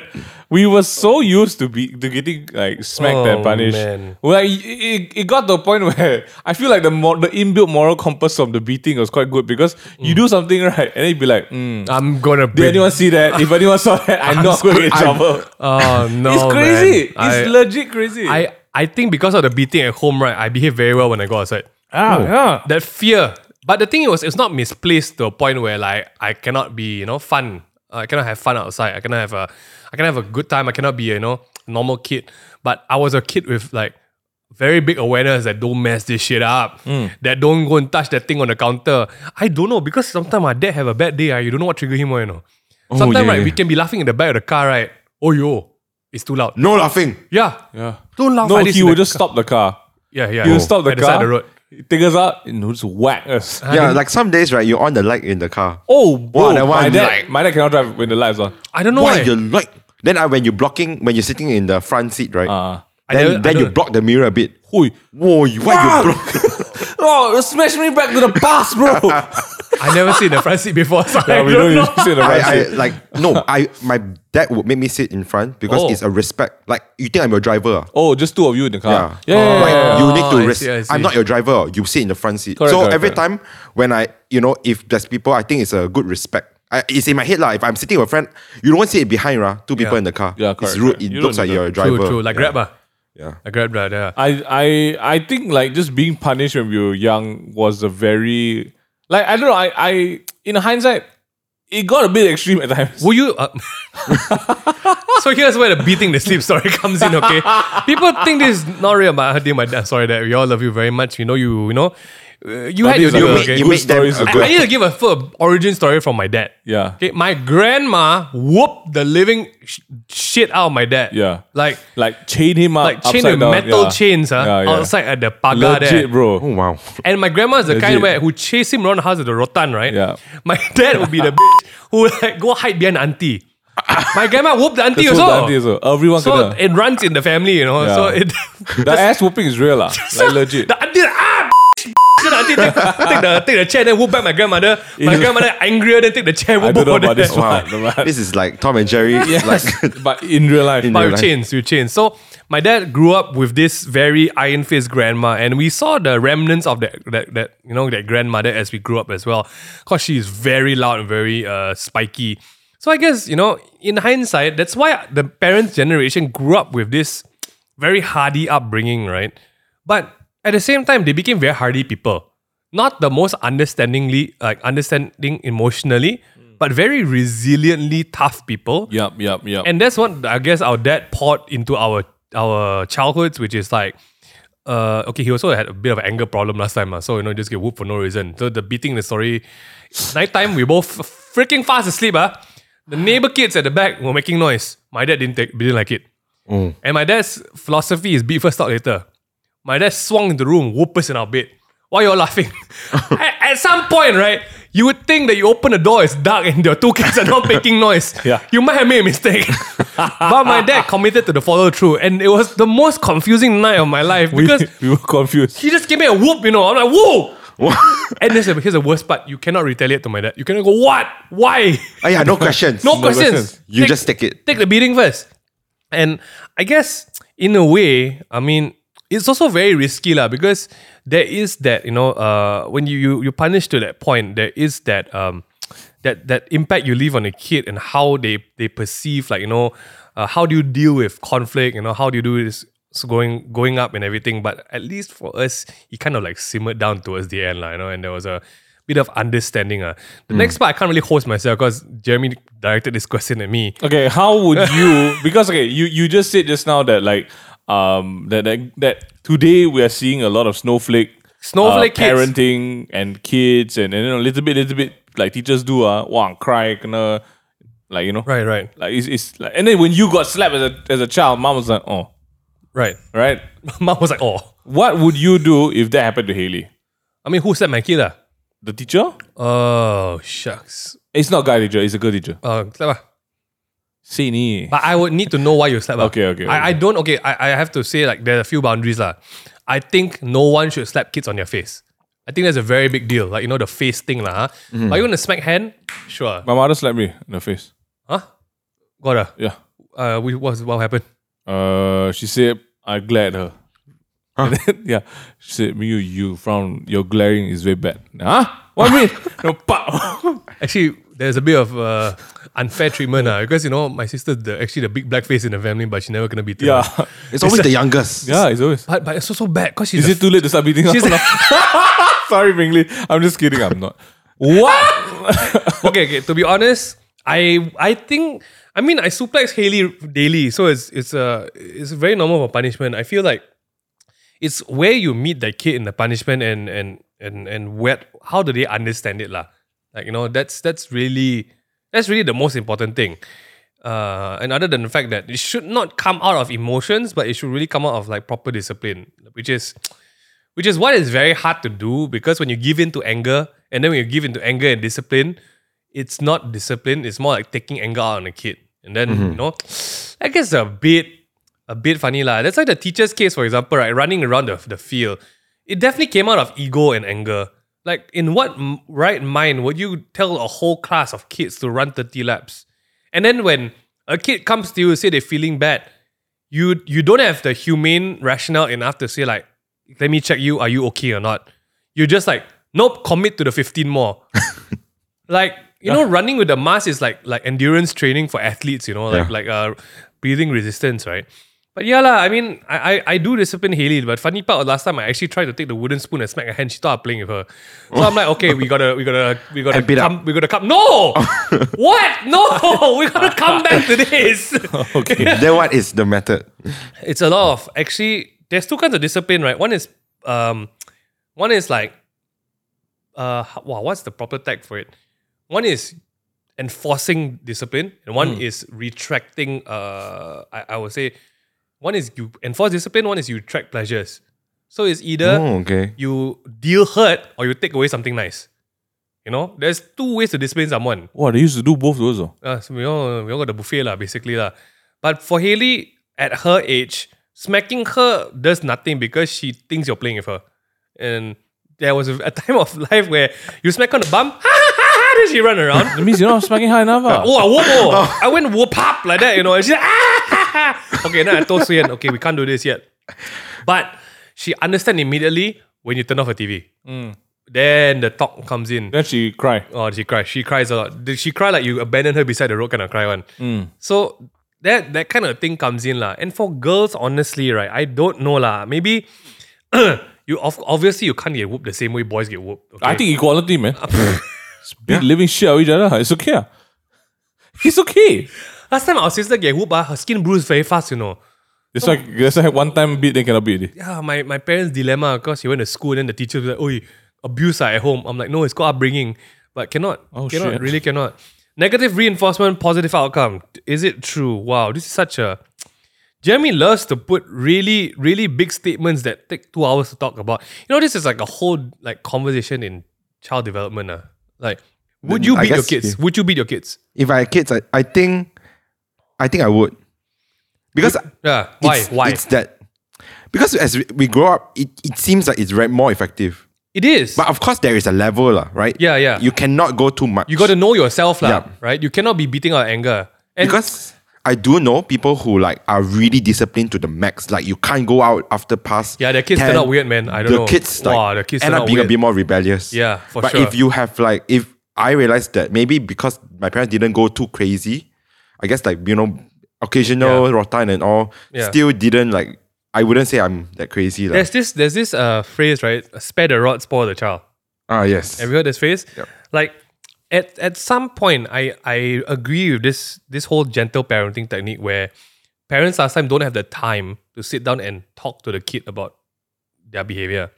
Speaker 2: We were so used to be to getting like smacked
Speaker 1: Oh,
Speaker 2: and punished.
Speaker 1: man.
Speaker 2: Like it, it got to a point where I feel like the mo- the inbuilt moral compass of the beating was quite good because
Speaker 1: Mm.
Speaker 2: you do something right and then you'd be like, mm,
Speaker 1: I'm going to
Speaker 2: did
Speaker 1: beat
Speaker 2: anyone see that? If anyone saw that, I'm, not going to get in trouble.
Speaker 1: Oh no.
Speaker 2: it's crazy.
Speaker 1: man. I,
Speaker 2: It's legit crazy.
Speaker 1: I, I think because of the beating at home, right, I behave very well when I go outside.
Speaker 2: ah,
Speaker 1: Oh.
Speaker 2: yeah.
Speaker 1: That fear. But the thing was it's not misplaced to a point where like I cannot be, you know, fun. I cannot have fun outside. I cannot have a I cannot have a good time. I cannot be, you know, normal kid. But I was a kid with like very big awareness that don't mess this shit up.
Speaker 2: Mm.
Speaker 1: That don't go and touch that thing on the counter. I don't know because sometimes my dad have a bad day. ah, You don't know what trigger him, or, you know.
Speaker 2: Oh,
Speaker 1: Sometimes
Speaker 4: yeah,
Speaker 1: right,
Speaker 4: yeah.
Speaker 1: we can be laughing in the back of the car, right? Oh yo, it's too loud.
Speaker 4: No laughing.
Speaker 1: Yeah.
Speaker 2: yeah.
Speaker 1: Don't laugh
Speaker 2: No,
Speaker 1: at this
Speaker 2: he
Speaker 1: in
Speaker 2: would
Speaker 1: the
Speaker 2: just stop the car.
Speaker 1: Yeah, yeah.
Speaker 2: He would stop the
Speaker 1: At
Speaker 2: car.
Speaker 1: side of Oh. the road.
Speaker 2: Take us out and just whack us.
Speaker 4: Yeah, like some days, right? You're on the light in the car.
Speaker 2: Oh, bro, my
Speaker 4: that one,
Speaker 2: dad,
Speaker 4: like-
Speaker 2: my dad cannot drive when the lights on.
Speaker 1: I don't know
Speaker 4: Why
Speaker 1: why.
Speaker 4: you like? Then I, when you're blocking, when you're sitting in the front seat, right?
Speaker 2: Uh,
Speaker 1: Ah. I
Speaker 4: then
Speaker 1: don't- I
Speaker 4: then you
Speaker 1: don't-
Speaker 4: block the mirror a bit.
Speaker 2: Hui.
Speaker 4: Whoa, you, why you block?
Speaker 2: oh, smash me back to the past, bro.
Speaker 1: I never seen the front seat before, so I
Speaker 2: yeah, we
Speaker 1: don't
Speaker 2: don't
Speaker 1: know.
Speaker 2: usually sit in the front
Speaker 4: I, I
Speaker 2: seat.
Speaker 4: like no. I my dad would make me sit in front because
Speaker 1: Oh.
Speaker 4: it's a respect. Like you think I'm your driver. ah?
Speaker 2: Oh, just two of you in the car. Yeah, Oh.
Speaker 4: Yeah.
Speaker 2: yeah, yeah,
Speaker 4: Like,
Speaker 2: yeah, yeah.
Speaker 4: you need to
Speaker 1: I
Speaker 4: risk.
Speaker 1: see, I see.
Speaker 4: I'm not your driver. You sit in the front seat.
Speaker 2: Correct,
Speaker 4: so
Speaker 2: correct,
Speaker 4: every
Speaker 2: correct.
Speaker 4: time when I, you know, if there's people, I think it's a good respect. I, it's in my head lah. If I'm sitting with a friend, you don't sit behind lah. Two people
Speaker 1: Yeah.
Speaker 4: in the car.
Speaker 2: Yeah,
Speaker 4: It's
Speaker 2: correct,
Speaker 4: rude.
Speaker 2: correct.
Speaker 4: It
Speaker 2: You
Speaker 4: looks
Speaker 2: don't
Speaker 4: like
Speaker 2: do
Speaker 4: you're a
Speaker 2: that.
Speaker 4: driver.
Speaker 1: True, true. Like grab ah.
Speaker 4: Yeah.
Speaker 1: I grab that. Yeah.
Speaker 2: I, I, I think like just being punished when we were young was a very like I don't know. I, I in hindsight, it got a bit extreme at times.
Speaker 1: Will you? Uh, so here's where the beating the sleep story comes in. Okay, people think this is not real. My dear, my dad. Sorry, that we all love you very much. You know, you you know, uh, you had your
Speaker 2: these are
Speaker 1: deal.
Speaker 2: the
Speaker 4: made-
Speaker 1: Okay?
Speaker 4: you
Speaker 2: good
Speaker 4: made them
Speaker 2: stories
Speaker 4: a
Speaker 2: are
Speaker 1: I,
Speaker 4: good-
Speaker 1: I need to give a full origin story from my dad.
Speaker 2: Yeah.
Speaker 1: Okay, my grandma whooped the living sh- shit out of my dad.
Speaker 2: Yeah.
Speaker 1: Like
Speaker 2: Like chain him up,
Speaker 1: like chain
Speaker 2: upside
Speaker 1: with
Speaker 2: down.
Speaker 1: metal
Speaker 2: yeah.
Speaker 1: chains huh,
Speaker 2: Yeah, yeah.
Speaker 1: outside at the paga
Speaker 2: Legit,
Speaker 1: there.
Speaker 2: bro.
Speaker 4: Oh wow.
Speaker 1: And my grandma is the kind
Speaker 2: Legit.
Speaker 1: where who chase him around the house with the rotan, right?
Speaker 2: Yeah.
Speaker 1: My dad would be the bitch who would like go hide behind the auntie. My grandma whooped the auntie
Speaker 2: That's what the auntie
Speaker 1: also.
Speaker 2: is, uh, Everyone
Speaker 1: So
Speaker 2: so
Speaker 1: it runs in the family, you know.
Speaker 2: Yeah.
Speaker 1: So it
Speaker 2: the ass whooping is real, lah. Like legit.
Speaker 1: the auntie ah bitch, bitch." Then the auntie take, take the take the chair, then whoop back my grandmother. My
Speaker 2: Is-
Speaker 1: grandmother angrier, then take the chair,
Speaker 2: I
Speaker 1: whoop
Speaker 2: don't know
Speaker 1: over
Speaker 2: about
Speaker 1: there.
Speaker 2: this
Speaker 4: Wow.
Speaker 2: one. but-
Speaker 4: this is like Tom and Jerry. Like
Speaker 2: but in real life,
Speaker 4: In
Speaker 1: But
Speaker 4: real
Speaker 1: you
Speaker 4: life.
Speaker 1: change, you change. So my dad grew up with this very iron faced grandma, and we saw the remnants of that, that that you know that grandmother as we grew up as well. Cause she is very loud and very uh spiky. So I guess you know in hindsight, that's why the parents' generation grew up with this very hardy upbringing, right? But at the same time, they became very hardy people. Not the most understandingly, like understanding emotionally, but very resiliently tough people.
Speaker 2: Yup, yup, yup.
Speaker 1: And that's what I guess our dad poured into our our childhoods, which is like, uh, okay, he also had a bit of an anger problem last time, uh, so you know, just get whooped for no reason. So the beating in the story, nighttime we both f- freaking fast asleep, uh. The neighbor kids at the back were making noise. My dad didn't take, didn't like it, and my dad's philosophy is beat first, talk later. My dad swung in the room, whoop us in our bed. Why you're laughing? at, at some point, right? You would think that you open the door, it's dark, and your two kids are not making noise.
Speaker 2: Yeah.
Speaker 1: You might have made a mistake. but my dad committed to the follow through, and it was the most confusing night of my life
Speaker 2: we,
Speaker 1: because
Speaker 2: we were confused.
Speaker 1: he just gave me a whoop, you know. I'm like, whoa! and this is, here's the worst part you cannot retaliate to my dad. You cannot go, what? Why?
Speaker 4: oh yeah, no questions.
Speaker 1: No, questions.
Speaker 2: questions.
Speaker 4: You just take it.
Speaker 1: Take the beating first. And I guess in a way, I mean, it's also very risky lah because there is that, you know, uh, when you, you you punish to that point, there is that um that that impact you leave on a kid and how they they perceive like, you know, uh, how do you deal with conflict, you know, how do you do this s- going going up and everything. But at least for us, he kind of like simmered down towards the end, like, you know. And there was a bit of understanding. Uh. the next part I can't really host myself because Jeremy directed this question at me.
Speaker 2: Okay, how would you? Because okay, you you just said just now that like um that that, that today we are seeing a lot of snowflake uh,
Speaker 1: Snowflake kids.
Speaker 2: parenting and kids and, and you know little bit little bit like teachers do ah uh, wow cry kena, like you know
Speaker 1: Right, right,
Speaker 2: like it's, it's like and then when you got slapped as a as a child, mom was like oh
Speaker 1: right.
Speaker 2: right.
Speaker 1: Mom was like, "Oh,
Speaker 2: What would you do if that happened to Haley,
Speaker 1: I mean, who said my kid? ah?"
Speaker 2: the teacher?
Speaker 1: Oh shucks.
Speaker 2: It's not guy teacher, it's a girl teacher.
Speaker 1: Uh, slap ah.
Speaker 2: See ni.
Speaker 1: But I would need to know why you slap. ah.
Speaker 2: Okay, okay,
Speaker 1: I, I don't. Okay, I, I have to say like there are a few boundaries lah. I think no one should slap kids on their face. I think that's a very big deal. Like you know the face thing lah. huh?
Speaker 2: Mm-hmm.
Speaker 1: Are you gonna smack hand? Sure.
Speaker 2: My mother slapped me in the face.
Speaker 1: Huh? Got a.
Speaker 2: Yeah.
Speaker 1: Uh, we what what happened?
Speaker 2: Uh, she said, I glared her. And then, yeah. She said, Miu, you frown, your glaring is very bad. Huh? What do you mean? no, pow.
Speaker 1: Actually, there's a bit of uh, unfair treatment ah because you know my sister's the actually the big black face in the family, but she never gonna be.
Speaker 2: yeah.
Speaker 4: It's always the youngest.
Speaker 2: Yeah, it's always.
Speaker 1: But but it's so so bad because she's a
Speaker 2: Is it too late to start beating her?
Speaker 1: She's
Speaker 2: Sorry, Bingley. I'm just kidding. I'm not. What?
Speaker 1: okay, okay. To be honest, I I think I mean I suplex Haley daily, so it's it's a it's very normal for punishment. I feel like it's where you meet that kid in the punishment and and and and where how do they understand it lah? Like you know that's that's really that's really the most important thing. Uh, and other than the fact that it should not come out of emotions, but it should really come out of like proper discipline, which is which is what is very hard to do because when you give in to anger and then when you give in to anger and discipline, it's not discipline. It's more like taking anger out on a kid. And then, you know, that gets a bit, a bit funny lah. That's like the teacher's case, for example, right? Running around the, the field. It definitely came out of ego and anger. Like, in what m- right mind would you tell a whole class of kids to run 30 laps? And then when a kid comes to you and say they're feeling bad, you you don't have the humane rationale enough to say like, let me check you, are you okay or not? You're just like, nope, commit to the 15 more. like, you know, running with the mask is like like endurance training for athletes, you know, like like uh breathing resistance, right? But yeah, lah, I mean, I, I I do discipline Haley, but funny part was last time I actually tried to take the wooden spoon and smack her hand, she thought I'm playing with her. So I'm like, okay, we gotta we gotta we gotta
Speaker 4: Amp it up.
Speaker 1: come we gotta come. No! what? No! We gotta come back to this.
Speaker 2: okay.
Speaker 4: Then what is the method?
Speaker 1: it's a lot of actually there's two kinds of discipline right one is um one is like uh h- wow what's the proper tag for it one is enforcing discipline and one is retracting uh I, I would say one is you enforce discipline one is you track pleasures so it's either
Speaker 2: Hmm.
Speaker 4: Oh, okay.
Speaker 1: you deal hurt or you take away something nice you know there's two ways to discipline someone
Speaker 2: What? They used to do both those. Oh.
Speaker 1: uh, so we all we all got the buffet lah, basically lah. But for Haley, at her age, smacking her does nothing because she thinks you're playing with her. And there was a, a time of life where you smack her on the bum, ha ha ha, ha, then she run around.
Speaker 2: That means you're not smoking high enough. ah.
Speaker 1: Oh, I whoop, oh. I went whoop up like that, you know. And she's like, ah, ha, ha. Okay, now I told Suyan, okay, we can't do this yet. But she understand immediately when you turn off her TV. Then the talk comes in.
Speaker 2: Then she cry.
Speaker 1: Oh, she cries. She cries a lot. Did she cry like you abandon her beside the road kind of cry one?
Speaker 2: Hmm.
Speaker 1: So that that kind of thing comes in lah. And for girls, honestly, right, I don't know lah. Maybe you of, obviously you can't get whooped the same way boys get whooped. Okay?
Speaker 2: I think equality, man. Just beat living shit out of each other. It's okay. ah. It's okay.
Speaker 1: last time our sister get whooped, ah, her skin bruised very fast. You know.
Speaker 2: That's why, that's why one time beat, then cannot beat. already.
Speaker 1: Yeah, Ah, my, my parents' dilemma because she went to school and then the teacher was like, "Oi, abuse ah, at home." I'm like, "No, it's called upbringing, but cannot,
Speaker 2: Oh,
Speaker 1: cannot,
Speaker 2: shit.
Speaker 1: really cannot." Negative reinforcement, positive outcome. Is it true? Wow, this is such a. Jeremy loves to put really, really big statements that take two hours to talk about. You know, this is like a whole like conversation in child development. ah. Like, would you
Speaker 4: I
Speaker 1: beat your
Speaker 4: guess-
Speaker 1: kids? Would you beat your kids?
Speaker 4: If I had kids, I, I think I think I would. Because
Speaker 1: Yeah. Why?
Speaker 4: It's,
Speaker 1: Why?
Speaker 4: It's that because as we- we grow up, it, it seems like it's re- more effective.
Speaker 1: It is.
Speaker 4: But of course, there is a level, lah, right?
Speaker 1: Yeah, yeah.
Speaker 4: You cannot go too much.
Speaker 1: you got to know yourself, lah.
Speaker 4: Yeah.
Speaker 1: Right? You cannot be beating out anger. And
Speaker 4: because I do know people who like are really disciplined to the max. Like you can't go out after past.
Speaker 1: Yeah, their kids
Speaker 4: 10.
Speaker 1: turn out weird, man. I don't
Speaker 4: the
Speaker 1: know.
Speaker 4: Kids, like,
Speaker 1: Wow, their kids
Speaker 4: end
Speaker 1: turn
Speaker 4: up
Speaker 1: out
Speaker 4: being
Speaker 1: weird.
Speaker 4: a bit more rebellious.
Speaker 1: Yeah, for
Speaker 4: but
Speaker 1: sure.
Speaker 4: if you have like, if I realized that maybe because my parents didn't go too crazy, I guess like you know, occasional rotan and all,
Speaker 1: Yeah.
Speaker 4: still didn't like I wouldn't say I'm that crazy. lah.
Speaker 1: There's this there's this uh phrase, right? Spare the rod, spoil the child.
Speaker 4: Ah, yes.
Speaker 1: Have you heard this phrase? Like at at some point I I agree with this this whole gentle parenting technique where parents last time don't have the time to sit down and talk to the kid about their behavior.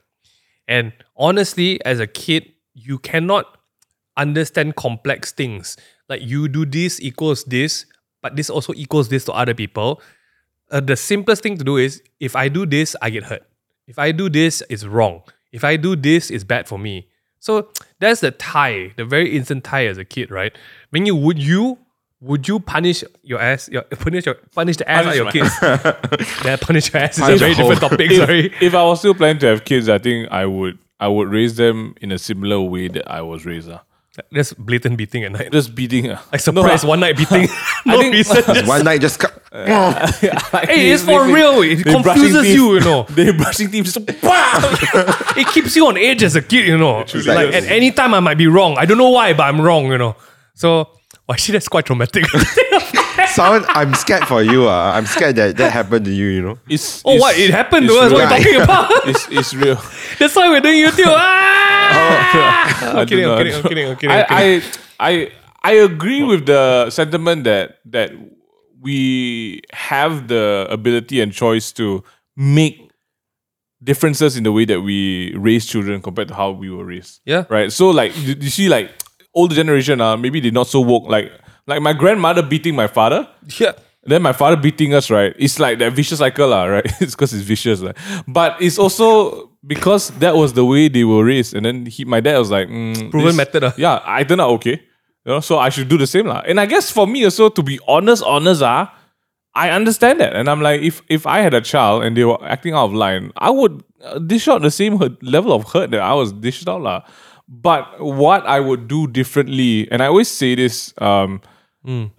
Speaker 1: And honestly, as a kid, you cannot understand complex things. Like you do this equals this, but this also equals this to other people. Uh, the simplest thing to do is if I do this, I get hurt. If I do this, it's wrong. If I do this, it's bad for me. So that's the tie, the very instant tie as a kid, right? When you would you would you punish your ass, your, punish your punish the ass
Speaker 2: Punish
Speaker 1: of your
Speaker 2: my-
Speaker 1: kids? that punish your ass is a
Speaker 4: Punish
Speaker 1: very
Speaker 4: the whole-
Speaker 1: different topic. Sorry.
Speaker 2: If I was still planning to have kids, I think I would I would raise them in a similar way that I was raised. ah.
Speaker 1: That's blatant beating at night.
Speaker 2: Just beating. ah.
Speaker 1: Like surprise one night beating. no
Speaker 2: think-
Speaker 1: reason. Just,
Speaker 4: One night just cut.
Speaker 1: hey, it's for
Speaker 2: They-
Speaker 1: real. It
Speaker 2: they brushing
Speaker 1: confuses
Speaker 2: teeth.
Speaker 1: you, you know.
Speaker 2: They brushing teeth just bah!
Speaker 1: it keeps you on edge as a kid, you know.
Speaker 4: truly
Speaker 1: Like
Speaker 4: does.
Speaker 1: at any time I might be wrong. I don't know why, but I'm wrong, you know. So well, actually that's quite traumatic. Oh,
Speaker 4: Sound, I'm scared for you. Uh. I'm scared that that happened to you, you know.
Speaker 2: It's,
Speaker 1: oh
Speaker 2: it's-
Speaker 1: what? It happened
Speaker 2: it's
Speaker 1: to us.
Speaker 2: real.
Speaker 1: What are you talking about?
Speaker 2: It's, it's real.
Speaker 1: that's why we're doing YouTube. Ah!
Speaker 2: I
Speaker 1: I'm, kidding,
Speaker 2: don't
Speaker 1: I'm
Speaker 2: know.
Speaker 1: kidding, I'm kidding, I'm kidding, I'm kidding.
Speaker 2: I, I I I agree with the sentiment that that we have the ability and choice to make differences in the way that we raise children compared to how we were raised.
Speaker 1: Yeah.
Speaker 2: Right. So like you, you see like older generation uh, maybe they not so woke like like my grandmother beating my father.
Speaker 1: yeah.
Speaker 2: Then my father beating us, right? It's like that vicious cycle, lah, right? It's because it's vicious. lah. But it's also because that was the way they were raised. And then he, my dad was like, mm,
Speaker 1: Proven
Speaker 2: this-
Speaker 1: method, ah.
Speaker 2: Yeah, I turned out okay. You know, so I should do the same. lah. And I guess for me also, to be honest, honest, ah, I understand that. And I'm like, if if I had a child and they were acting out of line, I would uh, dish out the same hurt, level of hurt that I was dished out. lah. But what I would do differently, and I always say this, um,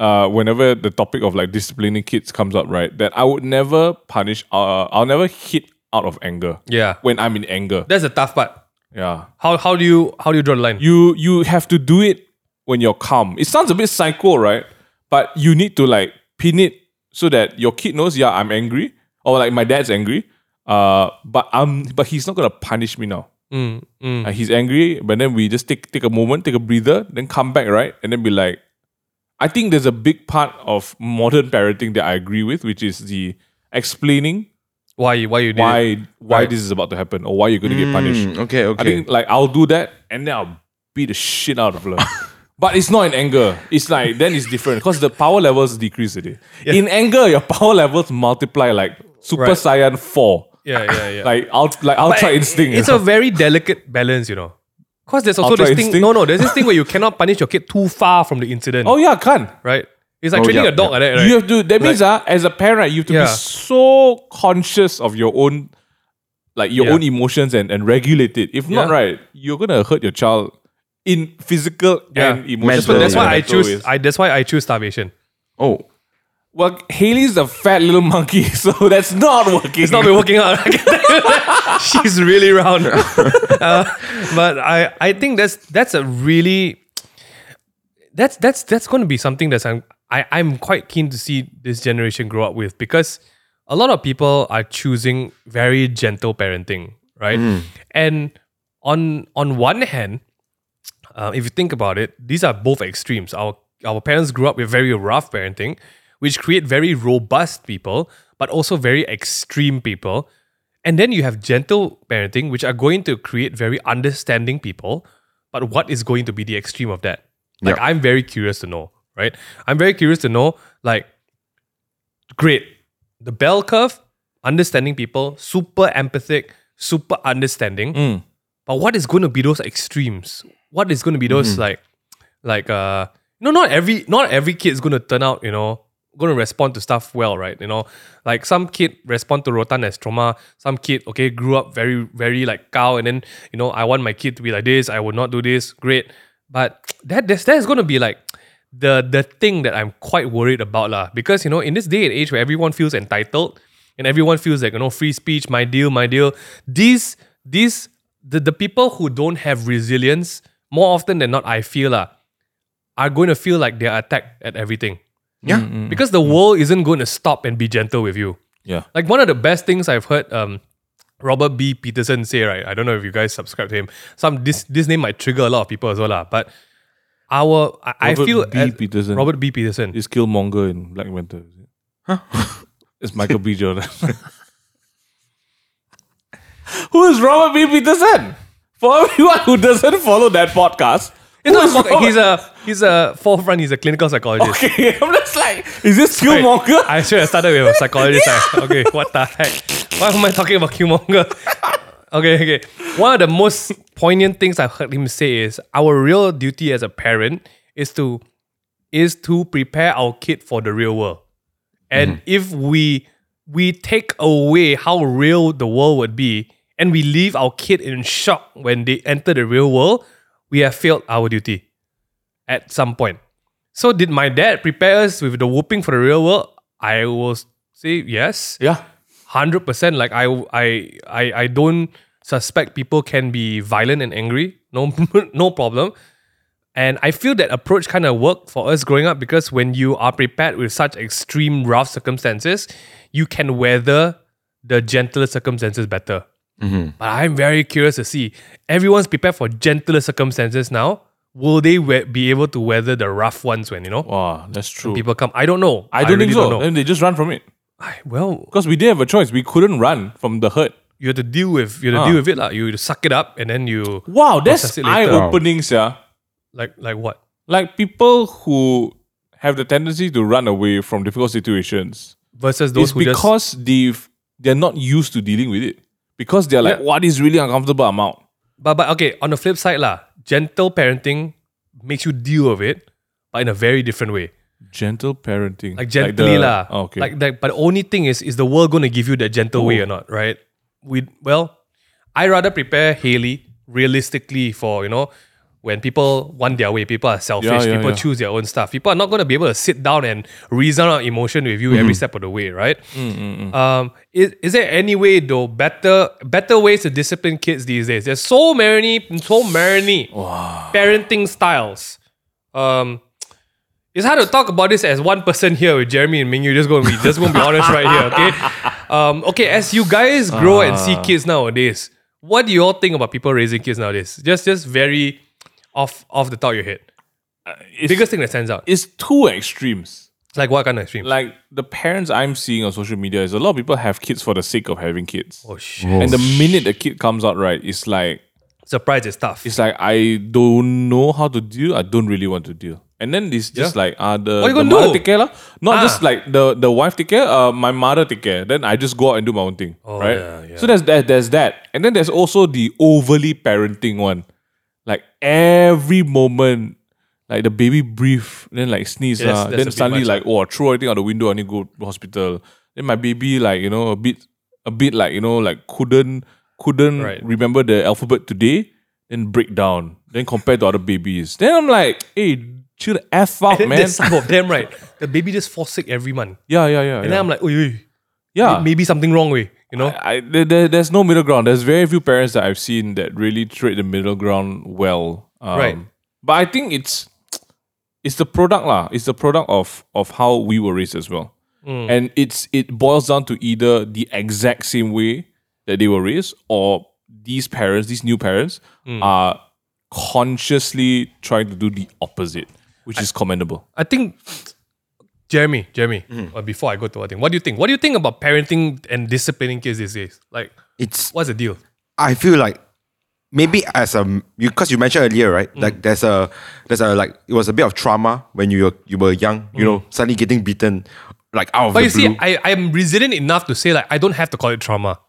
Speaker 2: uh, whenever the topic of like disciplining kids comes up, right? That I would never punish. Uh, I'll never hit out of anger.
Speaker 1: Yeah.
Speaker 2: When I'm in anger.
Speaker 1: That's the tough part.
Speaker 2: yeah.
Speaker 1: How how do you how do you draw the line?
Speaker 2: You you have to do it when you're calm. It sounds a bit psycho, right? But you need to like pin it so that your kid knows. Yeah, I'm angry, or like my dad's angry. Uh, but I'm but he's not gonna punish me now.
Speaker 1: Mm, mm.
Speaker 2: Uh, he's angry, but then we just take take a moment, take a breather, then come back, right? And then be like, I think there's a big part of modern parenting that I agree with, which is the explaining
Speaker 1: Why why you did
Speaker 2: why
Speaker 1: it?
Speaker 2: why
Speaker 1: Right.
Speaker 2: this is about to happen or why you're gonna get punished.
Speaker 4: Mm, okay, okay.
Speaker 2: I think like I'll do that and then I'll beat the shit out of her. but it's not in anger. It's like then it's different because the power levels decrease today. In anger, your power levels multiply like Super
Speaker 1: Right.
Speaker 2: Saiyan four.
Speaker 1: Yeah, yeah, yeah.
Speaker 2: Like I'll like I'll
Speaker 1: But
Speaker 2: try
Speaker 1: it-
Speaker 2: instinct.
Speaker 1: It's
Speaker 2: you
Speaker 1: a very delicate balance, you know. Because there's also
Speaker 2: Ultra
Speaker 1: this thing.
Speaker 2: instinct?
Speaker 1: No, no, there's this thing where you cannot punish your kid too far from the incident.
Speaker 2: know? oh yeah, can.
Speaker 1: right. It's like
Speaker 4: Oh,
Speaker 1: training
Speaker 4: yeah,
Speaker 1: a dog
Speaker 4: yeah.
Speaker 1: like that, right?
Speaker 2: You have to. That means ah, as a parent, you have to
Speaker 1: Yeah.
Speaker 2: be so conscious of your own, like your
Speaker 1: Yeah.
Speaker 2: own emotions and and regulate it. If not,
Speaker 1: Yeah.
Speaker 2: right, you're gonna hurt your child in physical
Speaker 1: Yeah.
Speaker 2: and emotional.
Speaker 4: Mental,
Speaker 1: so that's
Speaker 4: Yeah.
Speaker 1: why I
Speaker 2: mental
Speaker 1: choose.
Speaker 2: ways.
Speaker 1: I, that's why I choose starvation.
Speaker 4: oh,
Speaker 2: well, Haley's a fat little monkey, so that's not working.
Speaker 1: It's not been working out. She's really round. Uh, but I, I think that's that's a really that's that's that's going to be something that's I'm I, I'm quite keen to see this generation grow up with because a lot of people are choosing very gentle parenting, right? And on on one hand, uh, if you think about it, these are both extremes. Our our parents grew up with very rough parenting, which create very robust people, but also very extreme people. And then you have gentle parenting, which are going to create very understanding people. But what is going to be the extreme of that? Like
Speaker 4: Yeah.
Speaker 1: I'm very curious to know, right? I'm very curious to know, like, great. The bell curve, understanding people, super empathic, super understanding. But what is going to be those extremes? What is going to be those like, like uh, no, not every not every kid is going to turn out, you know, going to respond to stuff well, right? You know, like some kid respond to rotan as trauma. Some kid, okay, grew up very very like cow, and then you know, I want my kid to be like this. I would not do this. Great, but that that's, that is going to be like. The, the thing that I'm quite worried about lah because you know in this day and age where everyone feels entitled and everyone feels like you know free speech my deal my deal these these the, the people who don't have resilience more often than not i feel lah, are going to feel like they're attacked at everything
Speaker 2: Mm,
Speaker 4: yeah.
Speaker 1: because the world isn't going to stop and be gentle with you
Speaker 2: Yeah.
Speaker 1: Like one of the best things I've heard um, Robert B. Peterson say, right? I don't know if you guys subscribe to him. Some this this name might trigger a lot of people as well, lah. But our I, I
Speaker 2: Robert
Speaker 1: feel
Speaker 2: B.
Speaker 1: as-
Speaker 2: Peterson.
Speaker 1: Robert B. Peterson.
Speaker 2: Is Killmonger in Black Panther? Is it? it's Michael B. Jordan. who is Robert B. Peterson? For everyone who doesn't follow that podcast,
Speaker 1: He's,
Speaker 2: who
Speaker 1: not
Speaker 2: is
Speaker 1: a mock-
Speaker 2: Robert-
Speaker 1: he's a he's a forefront. He's a clinical psychologist.
Speaker 2: Okay, I'm just like, is this
Speaker 1: Wait,
Speaker 2: Killmonger?
Speaker 1: I should have started with a psychologist. right? Okay, what the heck? Why am I talking about Killmonger? okay, okay. One of the most poignant things I've heard him say is our real duty as a parent is to is to prepare our kid for the real world. And if we we take away how real the world would be and we leave our kid in shock when they enter the real world, we have failed our duty at some point. So did my dad prepare us with the whooping for the real world? I will say yes,
Speaker 2: yeah.
Speaker 1: hundred percent. Like I, I, I, I don't suspect people can be violent and angry. No, no problem. And I feel that approach kind of worked for us growing up because when you are prepared with such extreme rough circumstances, you can weather the gentler circumstances better. But I'm very curious to see everyone's prepared for gentler circumstances now. Will they we- be able to weather the rough ones when you know?
Speaker 2: Wow, that's true.
Speaker 1: people come. I don't know.
Speaker 2: I don't
Speaker 1: really
Speaker 2: think so.
Speaker 1: know.
Speaker 2: And they just run from it.
Speaker 1: I- well,
Speaker 2: Because we didn't have a choice. We couldn't run from the hurt.
Speaker 1: you have to deal with you have to
Speaker 2: Ah.
Speaker 1: deal with it lah. You have to suck it up and then you
Speaker 2: Wow,
Speaker 1: Process
Speaker 2: that's
Speaker 1: it later.
Speaker 2: eye opening, yeah.
Speaker 1: like like what?
Speaker 2: Like people who have the tendency to run away from difficult situations.
Speaker 1: Versus those
Speaker 2: it's
Speaker 1: who just
Speaker 2: because they've they're not used to dealing with it. Because they're like,
Speaker 1: Yeah.
Speaker 2: what is really uncomfortable amount.
Speaker 1: but but okay. On the flip side lah, gentle parenting makes you deal with it, but in a very different way.
Speaker 2: Gentle parenting.
Speaker 1: Like gently
Speaker 2: the-
Speaker 1: lah.
Speaker 2: Oh, okay.
Speaker 1: Like like, but the only thing is, is the world going to give you that gentle way or not? Right? We well, I rather prepare Haley realistically for you know when people want their way, people are selfish,
Speaker 2: yeah,
Speaker 1: people
Speaker 2: yeah.
Speaker 1: choose their own stuff. People are not going to be able to sit down and reason out emotion with you every
Speaker 2: Mm-hmm.
Speaker 1: step of the way, right?
Speaker 2: Mm,
Speaker 1: Um, is, is there any way though better better ways to discipline kids these days? There's so many so many parenting styles. Um, it's hard to talk about this as one person here with Jeremy and Ming. You just gonna be just gonna be honest right here, okay? Um, okay, as you guys grow and
Speaker 2: Ah.
Speaker 1: see kids nowadays, what do you all think about people raising kids nowadays? Just just very off off the top of your head.
Speaker 2: it's,
Speaker 1: Biggest thing that stands out.
Speaker 2: it's two extremes.
Speaker 1: Like what kind of extreme?
Speaker 2: like the parents I'm seeing on social media is a lot of people have kids for the sake of having kids.
Speaker 1: oh shit.
Speaker 2: and the minute the kid comes out, right, it's like
Speaker 1: Surprise is tough.
Speaker 2: it's like I don't know how to deal. I don't really want to deal. And then it's just
Speaker 1: Yeah.
Speaker 2: like ah the,
Speaker 1: What you
Speaker 2: the
Speaker 1: gonna
Speaker 2: mother
Speaker 1: do?
Speaker 2: take care lah. Not just
Speaker 1: Ah.
Speaker 2: like the the wife take care. Uh, my mother take care. Then I just go out and do my own thing. right.
Speaker 1: Oh, yeah, yeah.
Speaker 2: So there's that. There's that. And then there's also the overly parenting one. Like every moment, like the baby breathe, then like sneeze
Speaker 1: Yes,
Speaker 2: lah.
Speaker 1: that's a
Speaker 2: Then
Speaker 1: bit
Speaker 2: suddenly
Speaker 1: much,
Speaker 2: like oh throw everything out the window. I need to go to hospital. Then my baby like you know a bit a bit like you know like couldn't couldn't
Speaker 1: Right.
Speaker 2: remember the alphabet today, then break down, then compare to other babies. Then I'm like, hey, chill the F out,
Speaker 1: Then
Speaker 2: man.
Speaker 1: there's some of them, right? The baby just falls sick every month.
Speaker 2: Yeah, yeah, yeah.
Speaker 1: And
Speaker 2: yeah.
Speaker 1: then I'm like, oi, oi,
Speaker 2: yeah.
Speaker 1: maybe something wrong way, you know?
Speaker 2: I, there, there, there's no middle ground. There's very few parents that I've seen that really trade the middle ground well. Um,
Speaker 1: Right.
Speaker 2: But I think it's it's the product lah. It's the product of of how we were raised as well.
Speaker 1: Hmm.
Speaker 2: And it's it boils down to either the exact same way that they were raised, or these parents, these new parents,
Speaker 1: Hmm.
Speaker 2: are consciously trying to do the opposite, which is commendable.
Speaker 1: I think Jeremy, Jeremy,
Speaker 2: Mm.
Speaker 1: uh, before I go to other thing, what do you think? What do you think about parenting and disciplining kids these days? Like,
Speaker 4: It's
Speaker 1: what's the deal?
Speaker 4: I feel like maybe as a because you mentioned earlier, right?
Speaker 1: Mm.
Speaker 4: Like there's a there's a like it was a bit of trauma when you were you were young, you know, suddenly getting beaten like out
Speaker 1: Mm.
Speaker 4: of
Speaker 1: But
Speaker 4: the
Speaker 1: you see,
Speaker 4: blue.
Speaker 1: I, I'm resilient enough to say like I don't have to call it trauma.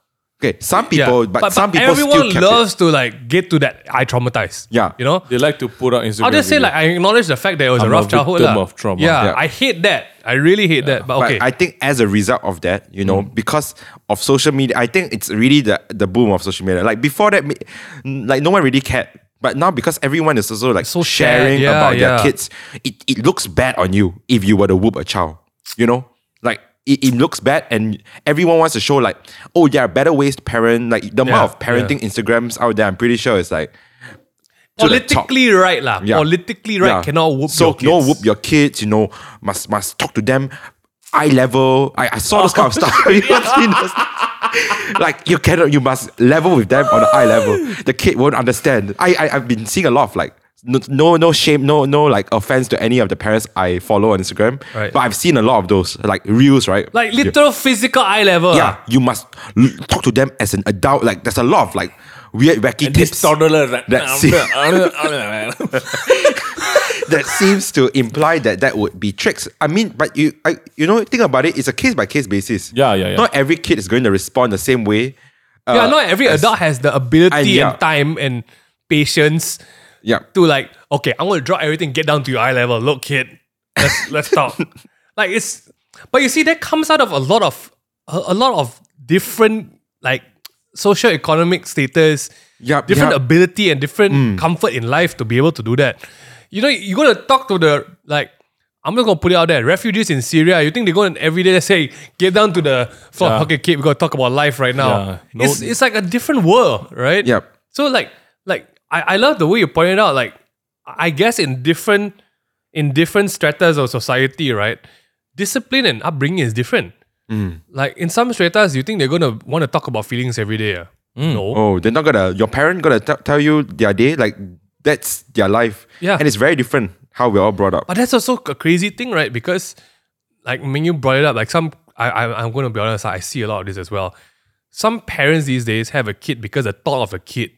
Speaker 4: okay, some
Speaker 1: Yeah.
Speaker 4: people, but, some people
Speaker 1: everyone
Speaker 4: still kept
Speaker 1: loves to like get to that I traumatized.
Speaker 4: Yeah.
Speaker 1: You know?
Speaker 2: They like to put out Instagram.
Speaker 1: I'll just say
Speaker 2: videos.
Speaker 1: like I acknowledge the fact that it was
Speaker 2: I'm
Speaker 1: a
Speaker 2: a
Speaker 1: rough childhood.
Speaker 2: victim
Speaker 1: lah.
Speaker 2: of trauma.
Speaker 1: Yeah,
Speaker 4: Yeah.
Speaker 1: I hate that. I really hate that. But okay. Mm.
Speaker 4: But I think as a result of that, you know, because of social media, I think it's really the the boom of social media. Like before that, me- n- like no one really cared. But now because everyone is also like
Speaker 1: So shared,
Speaker 4: sharing
Speaker 1: yeah,
Speaker 4: about
Speaker 1: yeah.
Speaker 4: their kids, it, it looks bad on you if you were to whoop a child. You know? Like it, it looks bad and everyone wants to show like, oh, there are better ways to parent. Like the
Speaker 1: Yeah,
Speaker 4: amount of parenting Instagrams out there, I'm pretty sure it's like to the top.
Speaker 1: Politically right, lah.
Speaker 4: Yeah.
Speaker 1: Politically right
Speaker 4: Yeah.
Speaker 1: cannot whoop
Speaker 4: so
Speaker 1: your kids.
Speaker 4: no whoop your kids you know must must talk to them eye level. I, I saw this kind of stuff. You know, see this- like you cannot, you must level with them on the eye level. The kid won't understand. I, I I've been seeing a lot of like no no, no shame, no no like offense to any of the parents I follow on Instagram.
Speaker 1: Right.
Speaker 4: But I've seen a lot of those like reels, right?
Speaker 1: Like uh.
Speaker 4: Yeah.
Speaker 1: literal physical eye level.
Speaker 4: Yeah, you must l- talk to them as an adult. Like there's a lot of like weird wacky tips
Speaker 2: toddler that,
Speaker 4: That's that seems to imply that that would be tricks. I mean, but you, I, you know, think about it. It's a case by case basis.
Speaker 2: Yeah, yeah, yeah.
Speaker 4: Not every kid is going to respond the same way. Uh,
Speaker 1: yeah, not every adult has the ability
Speaker 4: and
Speaker 1: and,
Speaker 4: yeah.
Speaker 1: time and patience
Speaker 4: Yeah,
Speaker 1: to like, okay, I'm gonna draw everything, get down to your eye level. Look, kid, let's let's talk. Like it's, but you see, that comes out of a lot of a, a lot of different like social economic status,
Speaker 4: Yup,
Speaker 1: different
Speaker 4: yup.
Speaker 1: ability and different
Speaker 2: Mm.
Speaker 1: comfort in life to be able to do that. You know, you're gonna talk to the like. I'm just gonna put it out there. Refugees in Syria, you think they go and every day they say, get down to the floor,
Speaker 2: Yeah.
Speaker 1: okay, kid, we gotta talk about life right
Speaker 2: Yeah.
Speaker 1: now.
Speaker 2: No-
Speaker 1: It's it's like a different world, right?
Speaker 4: Yup.
Speaker 1: So like like I, I love the way you pointed out, like I guess in different in different stratas of society, right? Discipline and upbringing is different. Like in some stratas, you think they're gonna want to talk about feelings every day. ah? No.
Speaker 4: Oh, they're not gonna. Your parent gonna t- tell you their day. Like that's their life.
Speaker 1: Yeah.
Speaker 4: and it's very different how we're all brought up.
Speaker 1: But that's also a crazy thing, right? Because, like, when you brought it up, like, some, I, I, I'm going to be honest, I see a lot of this as well. Some parents these days have a kid because the thought of a kid,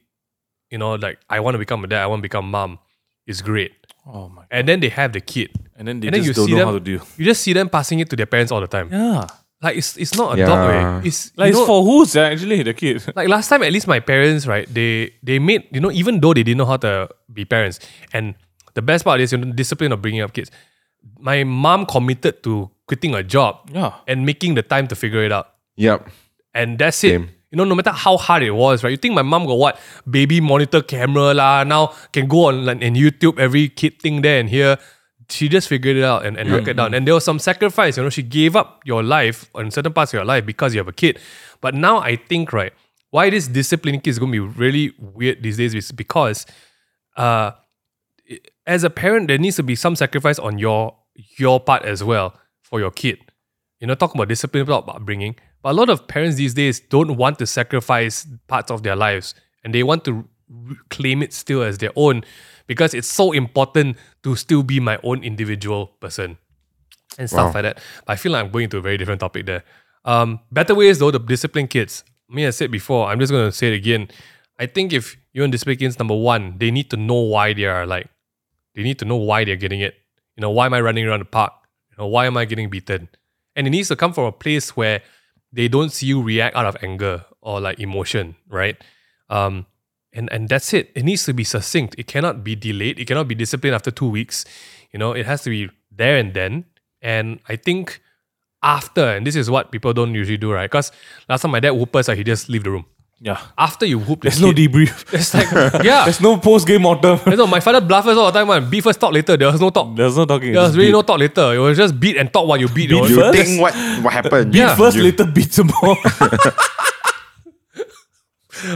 Speaker 1: you know, like, I want to become a dad, I want to become mom, is great.
Speaker 2: Oh my!
Speaker 1: And then they have the kid.
Speaker 2: And then they
Speaker 1: And then you
Speaker 2: just don't
Speaker 1: see
Speaker 2: know
Speaker 1: them,
Speaker 2: how to do.
Speaker 1: you just see them passing it to their parents all the time.
Speaker 2: Yeah,
Speaker 1: Like, it's, it's not a
Speaker 4: Yeah.
Speaker 1: dog way. It's,
Speaker 2: like
Speaker 1: you know,
Speaker 2: it's for who's yeah, actually the kid.
Speaker 1: like last time at least my parents right they they made you know even though they didn't know how to be parents and the best part is you know discipline of bringing up kids my mom committed to quitting a job
Speaker 2: Yeah.
Speaker 1: and making the time to figure it out
Speaker 4: Yep.
Speaker 1: and that's it
Speaker 4: Same.
Speaker 1: you know no matter how hard it was right you think my mom got what baby monitor camera la now can go on like, in youtube every kid thing there and here she just figured it out and, and broke it down. And there was some sacrifice, you know, she gave up your life on certain parts of your life because you have a kid. But now I think, right, why this discipline kid is going to be really weird these days is because uh, it- as a parent, there needs to be some sacrifice on your your part as well for your kid. You know, talk about discipline, talk about upbringing. But a lot of parents these days don't want to sacrifice parts of their lives and they want to r- claim it still as their own because it's so important to still be my own individual person and stuff like that. But I feel like I'm going into a very different topic there. Um, better ways though to discipline kids. I mean, I said before, I'm just gonna say it again. I think if you want to discipline kids, number one, they need to know why they are like, they need to know why they're getting it. You know, why am I running around the park? You know, why am I getting beaten? And it needs to come from a place where they don't see you react out of anger or like emotion, right? Um, and and that's it. It needs to be succinct. It cannot be delayed. It cannot be disciplined after two weeks. You know, it has to be there and then. And I think after, and this is what people don't usually do, right? Because last time my dad whooped us, like, he just leave the room.
Speaker 2: Yeah,
Speaker 1: After you whoop, the
Speaker 2: there's no
Speaker 1: kid-
Speaker 2: debrief.
Speaker 1: It's like yeah.
Speaker 2: There's no post game mortem.
Speaker 1: You know, my father bluffers all the time. Man, beat first, talk later. There was no talk.
Speaker 2: There's no talking.
Speaker 1: There was
Speaker 2: just
Speaker 1: really
Speaker 2: beat.
Speaker 1: no talk later. It was just beat and talk while you beat. you
Speaker 2: Beat
Speaker 1: know?
Speaker 4: You
Speaker 2: First-
Speaker 4: think what what happened?
Speaker 1: Yeah.
Speaker 2: First,
Speaker 4: You-
Speaker 2: later beat some more.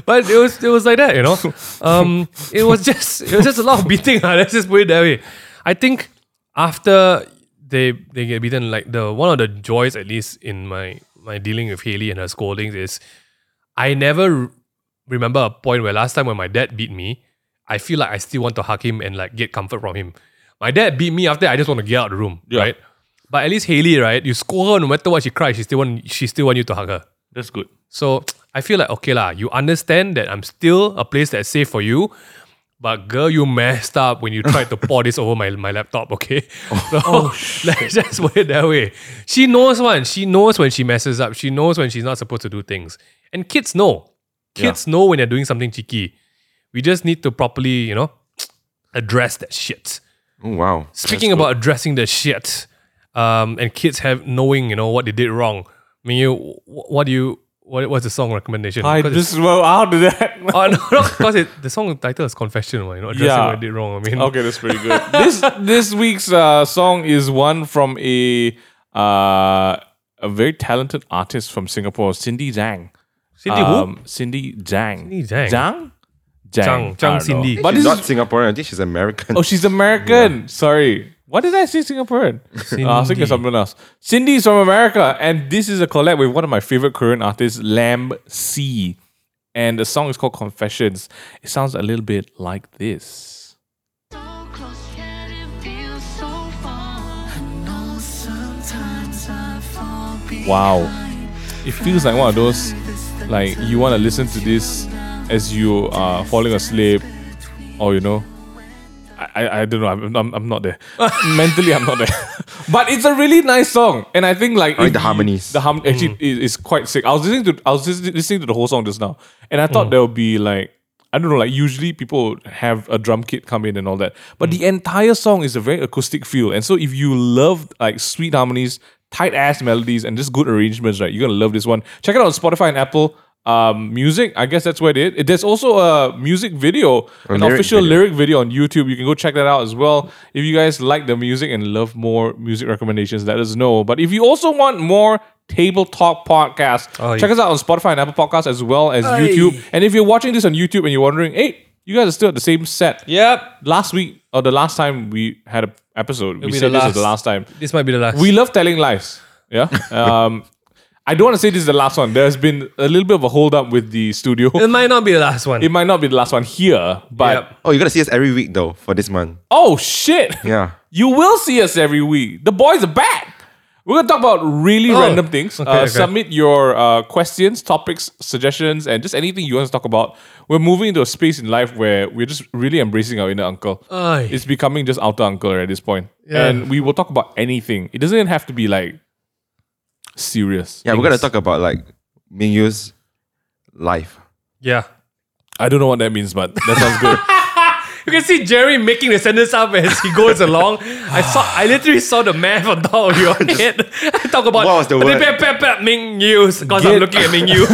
Speaker 1: but it was it was like that, you know. Um, it was just it was just a lot of beating. ah. Let's just put it that way. I think after they they get beaten, like the one of the joys, at least in my my dealing with Haley and her scoldings, is I never remember a point where last time when my dad beat me, I feel like I still want to hug him and like get comfort from him. My dad beat me after I just want to get out of the room,
Speaker 2: Yeah.
Speaker 1: right? But at least Haley, right? You scold her no matter what she cries, she still want she still want you to hug her.
Speaker 2: That's good.
Speaker 1: So I feel like okay lah, you understand that I'm still a place that's safe for you. But girl, you messed up when you tried to pour this over my, my laptop, okay? So let's just put it that way. She knows one. She knows when she messes up. She knows when she's not supposed to do things. And kids know. Kids know when they're doing something cheeky. We just need to properly, you know, address that shit.
Speaker 4: Oh, wow.
Speaker 1: Speaking about addressing the shit, um, and kids have knowing you know what they did wrong. I mean, you wh- what do you what, what's the song recommendation?
Speaker 2: I
Speaker 1: 'Cause
Speaker 2: just well, how did that?
Speaker 1: it's- oh, no, because it, the song title is confession. Right? You know, addressing
Speaker 2: Yeah.
Speaker 1: what I did wrong. I mean,
Speaker 2: Um, Okay, that's pretty good. this this week's uh, song is one from a uh, a very talented artist from Singapore, Cindy Zhang.
Speaker 1: Cindy
Speaker 2: Um, Cindy Zhang.
Speaker 1: Cindy Zhang.
Speaker 2: Zhang.
Speaker 1: Zhang-
Speaker 2: I
Speaker 1: Zhang
Speaker 2: don't know.
Speaker 1: Cindy.
Speaker 2: But
Speaker 4: she's
Speaker 2: this
Speaker 4: not
Speaker 2: is,
Speaker 4: Singaporean. I think she's American.
Speaker 2: oh, she's Oh, American. Sorry, What did I say, Singaporean? Uh, I was thinking of something else. Cindy's from America, and this is a collab with one of my favorite Korean artists, Lam C. And the song is called Confessions. It sounds a little bit like this.
Speaker 5: So close, yet it feels so far. I know sometimes I fall behind.
Speaker 2: Wow. It feels like one of those, like, you want to listen to this as you are falling asleep, or you know. I, I, I don't know. I'm, I'm, I'm not there. Mentally, I'm not there. but it's a really nice song, and I think like
Speaker 4: like
Speaker 2: if
Speaker 4: the
Speaker 2: you-
Speaker 4: harmonies.
Speaker 2: The harm actually is, is quite sick. I was listening to I was lis- listening to the whole song just now, and I thought there would be like I don't know. Like usually people would have a drum kit come in and all that, but the entire song is a very acoustic feel. And so if you love like sweet harmonies, tight ass melodies, and just good arrangements, right, you're gonna love this one. Check it out on Spotify and Apple. Um, music. I guess that's what it is. There's also a music video, an
Speaker 4: lyric
Speaker 2: official
Speaker 4: video.
Speaker 2: lyric lyric video on YouTube. You can go check that out as well. If you guys like the music and love more music recommendations, let us know. But if you also want more Table Talk podcast,
Speaker 1: Aye.
Speaker 2: check us out on Spotify and Apple Podcasts as well as YouTube. And if you're watching this on YouTube and you're wondering, hey, you guys are still at the same set.
Speaker 1: Yep.
Speaker 2: Last week or the last time we had an episode, we
Speaker 1: be
Speaker 2: said
Speaker 1: the
Speaker 2: this is the
Speaker 1: last.
Speaker 2: last time.
Speaker 1: This might be the last.
Speaker 2: We love telling lies. Yeah. Um, I don't want to say this is the last one. There's been a little bit of a hold up with the studio.
Speaker 1: it might not be the last one.
Speaker 2: It might not be the last one here, but
Speaker 1: Yep.
Speaker 4: Oh, you're gonna see us every week though for this month.
Speaker 2: oh shit!
Speaker 4: Yeah.
Speaker 2: You will see us every week. The boys are back. We're gonna talk about really
Speaker 1: Oh,
Speaker 2: random things.
Speaker 1: okay,
Speaker 2: uh,
Speaker 1: okay.
Speaker 2: Submit your uh, questions, topics, suggestions, and just anything you want to talk about. We're moving into a space in life where we're just really embracing our inner uncle.
Speaker 1: Aye.
Speaker 2: It's becoming just outer uncle at this point,
Speaker 1: Uh. Yeah.
Speaker 2: and we will talk about anything. It doesn't have to be like serious.
Speaker 4: Yeah, we're gonna
Speaker 2: things.
Speaker 4: talk about like Mingyu's life.
Speaker 1: yeah.
Speaker 2: I don't know what that means, but that sounds good.
Speaker 1: You can see Jerry making the sentence up as he goes along. I saw, I literally saw the math on top of your head. Talk about
Speaker 4: What was the word?
Speaker 1: Pep, pep, pep, Ming News because
Speaker 2: Get-
Speaker 1: I'm looking at Ming Yu.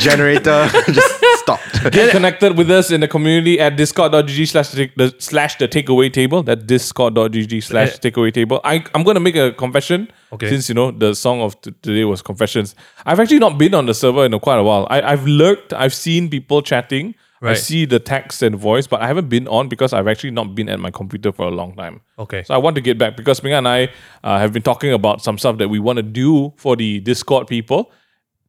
Speaker 4: Generator just stopped.
Speaker 2: Get connected with us in the community at discord.gg slash the- the slash the takeaway table. That's discord.gg slash takeaway table. I, I'm going to make a confession.
Speaker 1: Eh. Okay.
Speaker 2: Since, you know, the song of t- today was confessions. I've actually not been on the server in a quite a while. I, I've lurked. I've seen people chatting. I
Speaker 1: Right.
Speaker 2: see the text and voice, but I haven't been on because I've actually not been at my computer for a long time.
Speaker 1: Okay.
Speaker 2: So I want to get back because Minga and I uh, have been talking about some stuff that we want to do for the Discord people.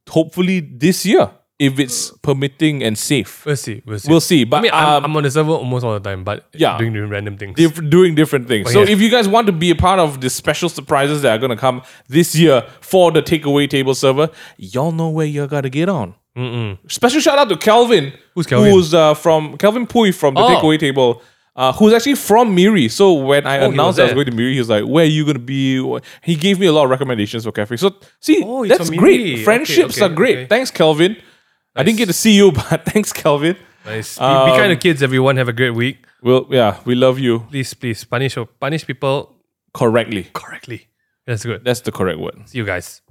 Speaker 2: Hopefully this year, if it's permitting and safe
Speaker 1: we'll see. We'll see. uh,
Speaker 2: we'll see. But
Speaker 1: I mean, I'm,
Speaker 2: um,
Speaker 1: I'm on the server almost all the time, but
Speaker 2: Yeah.
Speaker 1: doing random things.
Speaker 2: diff- doing different things. So
Speaker 1: Oh, yeah.
Speaker 2: if you guys want to be a part of the special surprises that are going to come this year for the takeaway table server, y'all know where you got to get on. Special shout out to Calvin,
Speaker 1: Who's Kelvin?
Speaker 2: who's uh, from Calvin Pui from the
Speaker 1: Oh.
Speaker 2: takeaway table. Uh, who's actually from Miri. So when I
Speaker 1: Oh, he
Speaker 2: announced
Speaker 1: was
Speaker 2: I was
Speaker 1: there.
Speaker 2: going to Miri, he was like, where are you going to be? Wha- He gave me a lot of recommendations for cafe. So see,
Speaker 1: Oh, he's
Speaker 2: that's
Speaker 1: from Miri.
Speaker 2: great.
Speaker 1: Okay,
Speaker 2: Friendships
Speaker 1: okay,
Speaker 2: are great.
Speaker 1: okay.
Speaker 2: Thanks, Calvin. I didn't get um, to see you, but thanks, Calvin.
Speaker 1: nice. Be- be, kind to kids, everyone. Have a great week.
Speaker 2: Well, yeah, we love you
Speaker 1: Please, please punish punish people
Speaker 2: correctly.
Speaker 1: correctly. That's good.
Speaker 2: That's the correct word.
Speaker 1: See you guys.